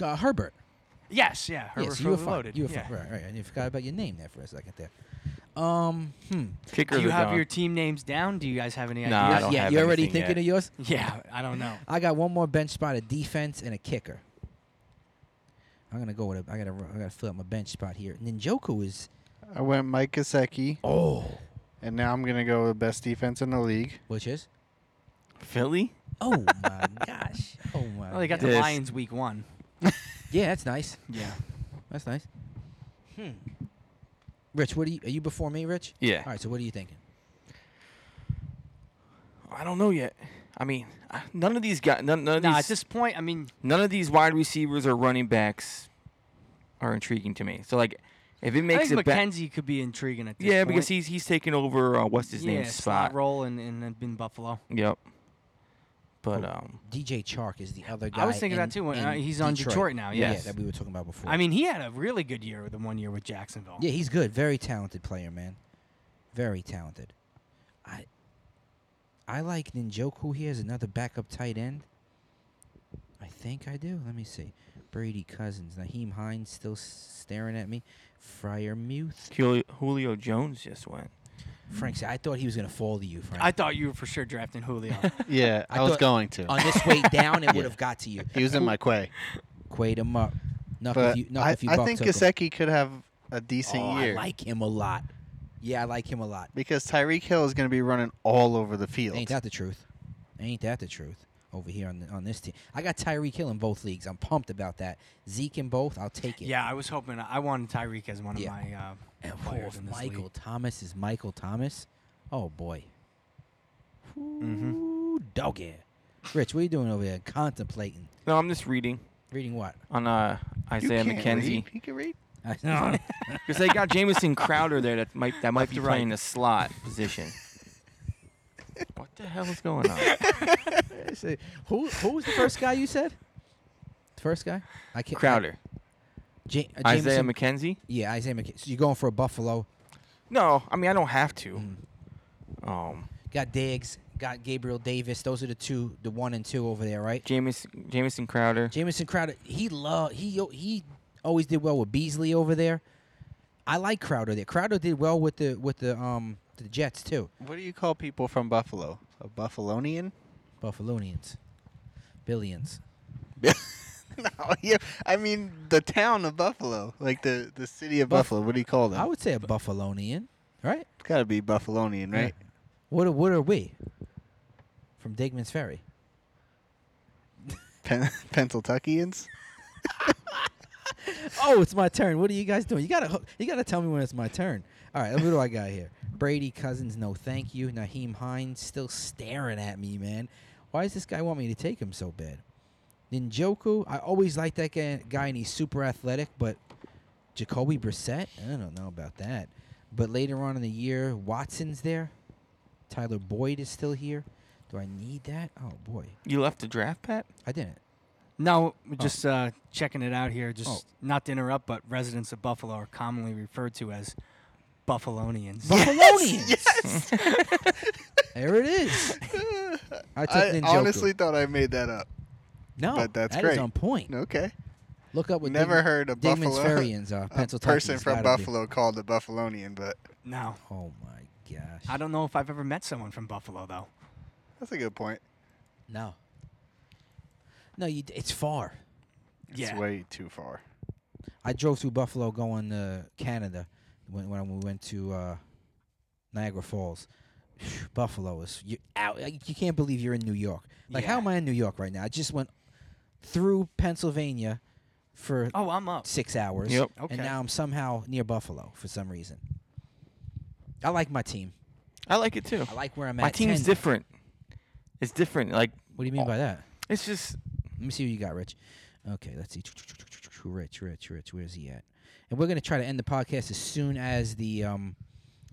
Uh, Herbert. Yes, yeah, Herbert yes, you were Fully fine. loaded. You were yeah. fine. Right, right. And you forgot about your name there for a second there. Um, hmm. Kicker Do you are have gone. your team names down? Do you guys have any Nah, ideas? I don't yeah, have you already anything thinking yet. of yours? Yeah, I don't know. I got one more bench spot, a defense and a kicker. I'm gonna go with a. I gotta. I gotta fill up my bench spot here. Ninjoku is. I went Mike Gesicki, Oh. and now I'm gonna go with best defense in the league. Which is? Philly? Oh my gosh. Oh my. Well, they got God. the This- Lions week one. yeah, that's nice. Yeah. That's nice. Hmm. Rich, what do you? Are you before me, Rich? Yeah. All right. So what are you thinking? I don't know yet. I mean, I- none of these guys, none, none of Nah, at these, this point, I mean, none of these wide receivers or running backs are intriguing to me. So like, if it I makes think it back, McKenzie could be intriguing at this yeah, point. because he's he's taking over uh, what's his yeah, name's slot spot. role in, in, in Buffalo. Yep. But Oh. um, DJ Chark is the other guy. I was thinking in- that too, when, in uh, he's on Detroit now, yes. Yeah, that we were talking about before. I mean, he had a really good year the one year with Jacksonville. Yeah, he's good. Very talented player, man. Very talented. I I like Ninjoku here as another backup tight end. I think I do. Let me see. Brady Cousins. Naheem Hines still s- staring at me. Friar Muth. Julio, Julio Jones just went. Frank, said- I thought he was going to fall to you, Frank. I thought you were for sure drafting Julio. Yeah, I I, was thought- going to. On this way down, it Yeah. would have got to you. he was in my quay, Quaid him up. Not if but you, not I, if you I buck think took him. Gesicki could have a decent Oh, year I like him a lot. Yeah, I like him a lot. because Tyreek Hill is gonna be running all over the field. Ain't that the truth? Ain't that the truth? Over here on the, on this team, I got Tyreek Hill in both leagues. I'm pumped about that. Zeke in both, I'll take it. yeah, I was hoping I wanted Tyreek as one Yeah. of my uh, And oh, players if in this Michael league. Thomas is Michael Thomas, oh boy. Mhm. Ooh, doggy. Rich, what are you doing over there? Contemplating. No, I'm just reading Reading what? on uh You Isaiah can't McKenzie read. He can read. I- because they got Jamison Crowder there that might that might be playing the slot position. what the hell is going on? who who was the first guy you said? The first guy? I can't. Crowder, I, Ja- uh, Isaiah Jameson- McKenzie. Yeah, Isaiah McKenzie. So you're going for a Buffalo. No, I mean I don't have to. Mm. Um, Got Diggs. Got Gabriel Davis. Those are the two, the one and two over there, right? Jamison Jamison Crowder. Jamison Crowder, he loved he he always did well with Beasley over there. I like Crowder there. Crowder did well with the with the um the Jets too. What do you call people from Buffalo? A Buffalonian? Buffalonians. Billions. no, yeah. I mean the town of Buffalo, like the the city of Buff- Buffalo. What do you call them? I would say a Buffalonian, right? it's got to be Buffalonian, Yeah. right? What are, what are we? From Digman's Ferry. Pen- Pennsylvanians. Oh, it's my turn. What are you guys doing? You gotta hook- you gotta tell me when it's my turn. All right, what do I got here? Brady Cousins, no thank you. Naheem Hines still staring at me, man. Why does this guy want me to take him so bad? Ninjoku, I always liked that guy, guy and he's super athletic, but Jacoby Brissett, I don't know about that. But later on in the year, Watson's there. Tyler Boyd is still here. Do I need that? Oh boy, You left the draft, Pat? I didn't. No, we're just uh, checking it out here. Just Oh. not to interrupt, but residents of Buffalo are commonly referred to as Buffalonians. Buffalonians. there it is. I took I Ninjoku. honestly thought I made that up. no, but that's that is great. on point. Okay. Look up what Never Dig- heard of Digman's Buffalo. Farians are. A Pennsylvania. person from Buffalo called the Buffalonian, but no, Oh my gosh. I don't know if I've ever met someone from Buffalo though. that's a good point. No. No, you, d- it's far. It's Yeah. way too far. I drove through Buffalo going to Canada when when we went to uh, Niagara Falls. Buffalo is you out. like, You can't believe you're in New York. Like how Yeah. am I in New York right now? I just went through Pennsylvania for Oh, I'm up. six hours. Yep. Okay. And now I'm somehow near Buffalo for some reason. I like my team. I like it too. I like where I'm at. My team's 10. different. It's different. Like What do you mean by that? it's just Let me see who you got, Rich. Okay, let's see. Rich, Rich, Rich. Where's he at? And we're gonna try to end the podcast as soon as the um,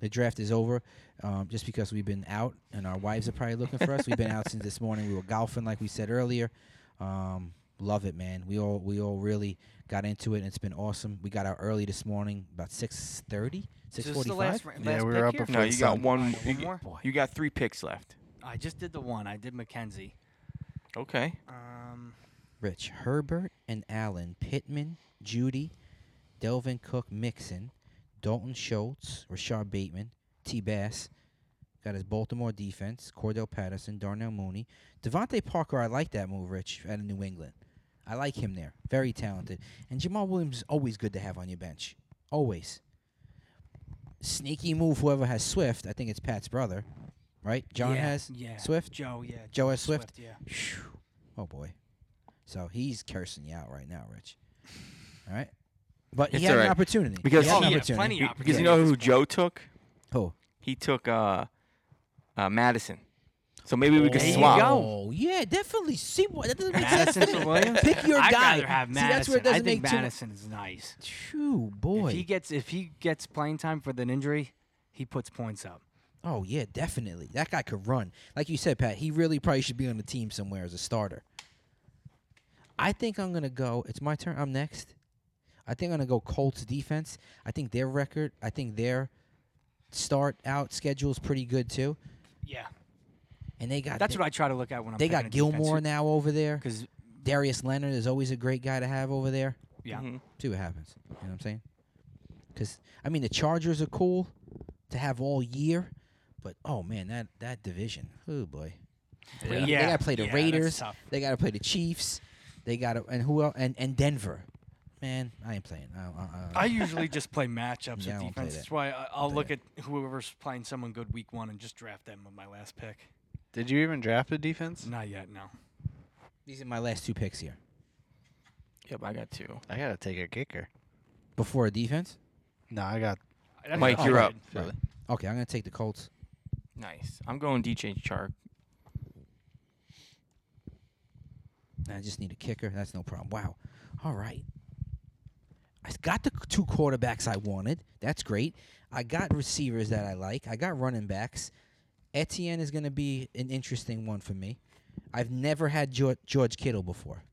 the draft is over, um, just because we've been out and our wives are probably looking for us. We've been out since this morning. We were golfing, like we said earlier. Um, love it, man. We all we all really got into it, and it's been awesome. We got out early this morning, about six thirty, Is six this the forty-five. last, ra- Yeah, last we were pick up here? before no. You got Sun. one. Alright, You, one more? you got three picks left. I just did the one. I did Mackenzie. Okay. Um, Rich Herbert and Allen, Pittman, Judy, Delvin Cook, Mixon, Dalton Schultz, Rashard Bateman, T. Bass. Got his Baltimore defense, Cordell Patterson, Darnell Mooney, Devontae Parker. I like that move, Rich, out of New England. I like him there. Very talented. And Jamal Williams is always good to have on your bench. Always. Sneaky move, whoever has Swift. I think it's Pat's brother, right? John yeah, has yeah. Swift? Joe. Yeah. Joe has Swift? yeah. Phew. Oh boy. So he's cursing you out right now, Rich. All right. But he It's had all an right. opportunity. Because- he had Oh, an yeah, opportunity. plenty. Be- Because you opportunity know at who this point. Joe took? Who? He took uh, uh Madison. So maybe we could There you swap. go. Oh yeah, definitely. See what that doesn't make sense. Madison for Williams. Pick your I'd guy. rather have See, Madison. that's where it I doesn't think make too much- Madison is nice. Phew, If he boy. gets if he gets playing time for the injury, he puts points up. Oh yeah, definitely. That guy could run. Like you said, Pat, he really probably should be on the team somewhere as a starter. I think I'm gonna go. It's my turn. I'm next. I think I'm gonna go Colts defense. I think their record. I think their start out schedule is pretty good too. Yeah, And they got that's they, what I try to look at when I'm. they got Gilmore now over there. because Darius Leonard is always a great guy to have over there. yeah, Mhm. See what happens. You know what I'm saying? Because I mean, the Chargers are cool to have all year, but oh man, that that division. Oh boy. They gotta- They Yeah, got to play the yeah, that's Raiders. tough. They got to play the Chiefs. They got to and who else? And and Denver. Man, I ain't playing. I, I, I, I usually just play matchups Yeah, I with don't play defense. that. That's why I, I'll play look at whoever's playing someone good week one and just draft them with my last pick. Did you even draft a defense? Not yet, no. these are my last two picks here. Yep, I got two. I gotta take a kicker. Before a defense. No, I got That's Mike, not you're bad. up. Philly. Okay, I'm gonna take the Colts. Nice. I'm going DJ Chark. I just need a kicker. That's no problem. Wow. All right. I got the c- two quarterbacks I wanted. That's great. I got receivers that I like. I got running backs. Etienne is going to be an interesting one for me. I've never had George, George Kittle before.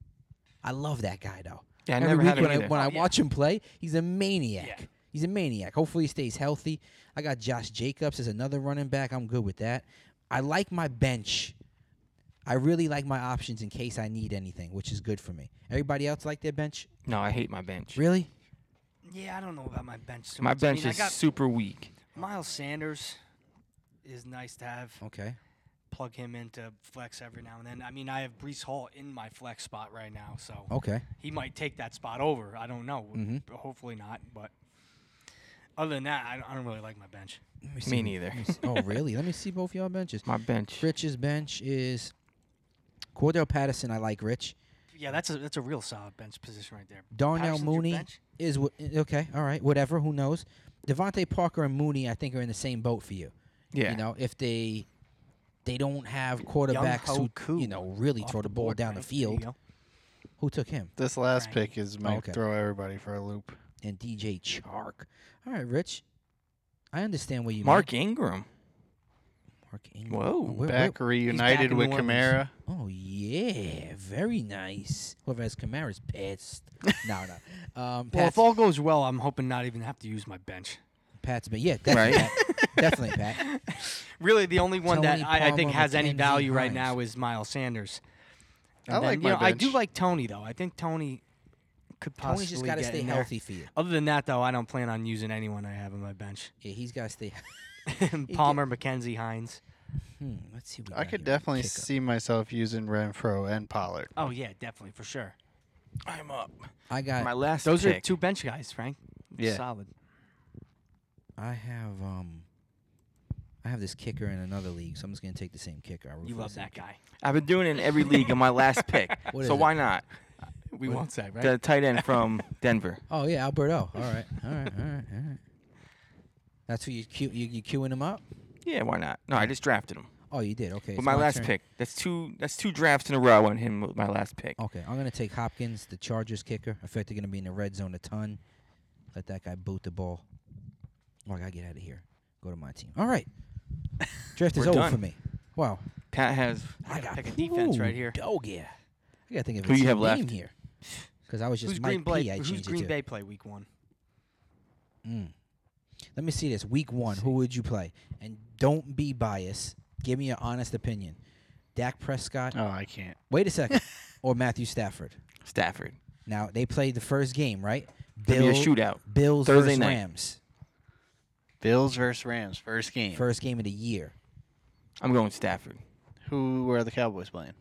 I love that guy though. Yeah, I Every never week had him when I either. when I Oh, yeah. watch him play, he's a maniac. Yeah. He's a maniac. Hopefully he stays healthy. I got Josh Jacobs as another running back. I'm good with that. I like my bench. I really like my options in case I need anything, which is good for me. Everybody else like their bench? No, I hate my bench. Really? Yeah, I don't know about my bench. So My much. I bench mean, I is got super weak. Miles Sanders is nice to have. Okay. Plug him into flex every now and then. I mean, I have Brees Hall in my flex spot right now, so Okay. he might take that spot over. I don't know. Mhm. But Hopefully not. But other than that, I don't, I don't really like my bench. Let me, neither. let me see- oh, really? Let me see both y'all benches. My bench. Rich's bench is Cordell Patterson. I like Rich. Yeah, that's a that's a real solid bench position right there. Darnell Patterson's your Mooney bench? is wh- okay. All right, whatever. Who knows? Devontae Parker and Mooney, I think, are in the same boat for you. Yeah. You know, if they they don't have quarterbacks who Hoku you know really off throw the ball board, down man. the There you field, go. who took him? This last Frankie. pick is might Okay. throw everybody for a loop. And DJ Chark. All right, Rich. I understand where you Mark Ingram. mean. Mark Ingram. Whoa. Where- where- Back back reunited in with New Orleans. Kamara. Oh yeah, very nice. Whoever has Kamara's pissed. no, no. Um, Well, Pat's, if all goes well, I'm hoping not even have to use my bench. Pat's been yeah, definitely, Pat. definitely Pat. Really, the only one Tony that I, I think Palmer, has any Mackenzie value right Hymes. now is Miles Sanders. I like you my know, I do bench. like Tony though. I think Tony could possibly Tony's just got to stay healthy for you. Other than that, though, I don't plan on using anyone I have on my bench. Yeah, he's got to stay. Palmer, McKenzie, Hines. Hmm, let's see. What we I got could here. definitely Kicker. see myself using Renfro and Pollard. Oh yeah, definitely for sure. I'm up. I got. My last Those are pick. two bench guys, Frank. Yeah. solid. I have. Um. I have this kicker in another league, so I'm just gonna take the same kicker. I root You for the love same that guy. I've been doing it in every league in my last pick. What so is it? why not? We won't say right. The tight end from Denver. kicker. Oh yeah, Alberto. All right. All right. All right. All right. That's who you cue. You, you queuing him up? Yeah, why not? No, I just drafted him. Oh, you did. Okay. it's with my last turn. pick. That's two that's two drafts in a row on him with my last pick. Okay, I'm gonna take Hopkins, the Chargers kicker. I feel like they're gonna be in the red zone a ton. Let that guy boot the ball. Oh, I gotta get out of here. Go to my team. All right. Draft is We're over done. for me. Wow. Pat has I gotta pick a defense right here. Oh yeah. I gotta think of Who a you team have name left? here. Because I was just Who's Green, Mike Bay, P. I who's changed Green it Bay play week one? to. Mm. Let me see this. Week one. Who would you play? And don't be biased. Give me your honest opinion. Dak Prescott. Uh. Oh, I can't. Wait a second. or Matthew Stafford. Stafford. Now they played the first game, right? It'll be a shootout. Bills Thursday versus night. Rams. Bills versus Rams, first game. First game of the year. I'm going Stafford. Who were the Cowboys playing?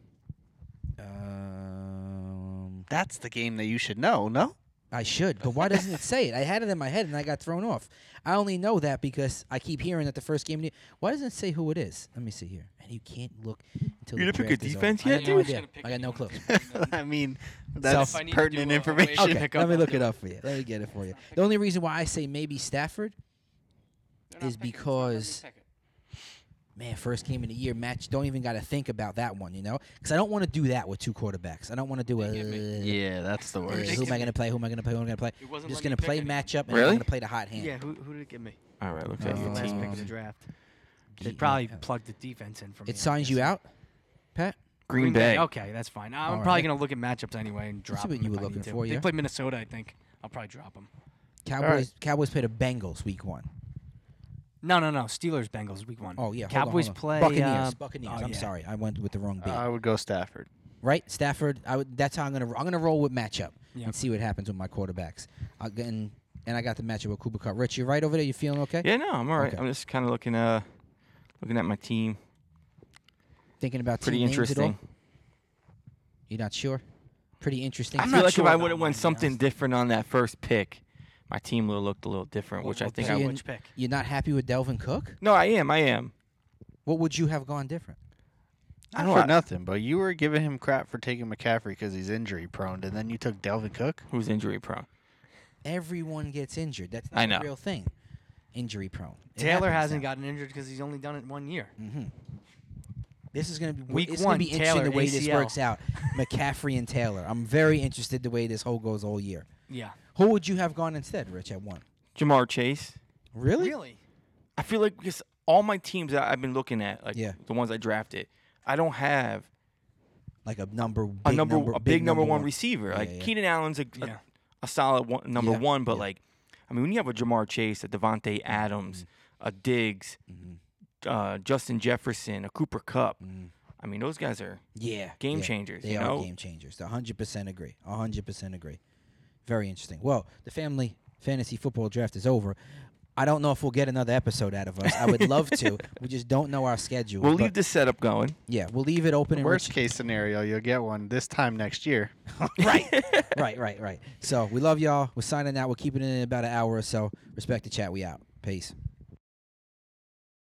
Um, That's the game that you should know, no? I should, but why doesn't it say it? I had it in my head and I got thrown off. I only know that because I keep hearing that the first game. Of the, why doesn't it say who it is? Let me see here. And you can't look until You the didn't pick a draft is over. defense I yet, got no dude? idea. I got no clue. I mean, that's that's If I need to do a- pertinent a waiver information. should Okay, pick let up me on look the- it up for you. Let me get it for you. The only reason why I say maybe Stafford is because man, first game of the year match. Don't even got to think about that one, you know, because I don't want to do that with two quarterbacks. I don't want to do a Yeah, that's the uh, who am I going to play? Who am I going to play? Who am I going to play? It wasn't I'm just letting going to me pick play anyone. matchup and I'm Really? going to play the hot hand. Yeah, who, who did it give me? All right, looks Uh, like That's the your last team. pick of the Um, draft. They G- probably yeah. plugged the defense in for me. I It signs you guess. out, Pat. Green, Bay. Okay, that's fine. I'm All probably right. gonna look at matchups anyway and drop what them you if were I need looking to. for, They yeah? play Minnesota, I think. I'll probably drop them. Cowboys. Cowboys play the Bengals week one. No, no, no. Steelers, Bengals, week one. Oh yeah. hold on, Cowboys hold on. play Buccaneers. uh, Buccaneers. oh, I'm yeah. Uh, sorry, I went with the wrong beat. I would go Stafford. right, Stafford. I would, that's how I'm going to. I'm going to roll with matchup Yeah. and see what happens with my quarterbacks. I, and and I got the matchup with Cooper Cup. Rich, you right over there. You feeling okay? Yeah, no, I'm all right. Okay. I'm just kind of looking uh looking at my team. Thinking about Pretty team names at all? interesting. You're not sure? Pretty interesting. I team. feel like sure if I about would have mine, went to be something honest. different on that first pick, my team would have looked a little different, We'll- which I we'll think see I you- would. which pick. You're not happy with Delvin Cook? No, I am. I am. What would you have gone different? Not know for I- nothing, but you were giving him crap for taking McCaffrey because he's injury prone, and then you took Delvin Cook. Who's injury prone? Everyone gets injured. That's not I a know. real thing. Injury prone. Taylor hasn't gotten injured because he's only done it one year. Mm. hmm This is going to be Week it's one, Gonna be interesting Taylor, the way this ACL. works out. McCaffrey and Taylor. I'm very interested the way this whole goes all year. Yeah. Who would you have gone instead, Rich? At one. Jamar Chase. Really? I feel like because all my teams that I've been looking at, like Yeah. the ones I drafted, I don't have Like a number. Big a number, a big number, one, receiver. receiver. Yeah, like yeah. Keenan Allen's a, a, Yeah. a solid one, number Yeah, one, yeah. but Mm-hmm. like, I mean, when you have a Jamar Chase, a Devontae Adams, a Diggs, uh, Justin Jefferson, a Cooper Cup. I mean, those guys are mm-hmm. Yeah. game yeah. changers. They you are know, game changers. A hundred percent agree. A hundred percent agree. Very interesting. Well, the family fantasy football draft is over. I don't know if we'll get another episode out of us. I would love to. We just don't know our schedule. we'll but leave this setup going. yeah, we'll leave it open. and Worst rich- case scenario, you'll get one this time next year. right. right, right, right. So we love y'all. We're signing out. We're keeping it in about an hour or so. Respect the chat. We out. Peace.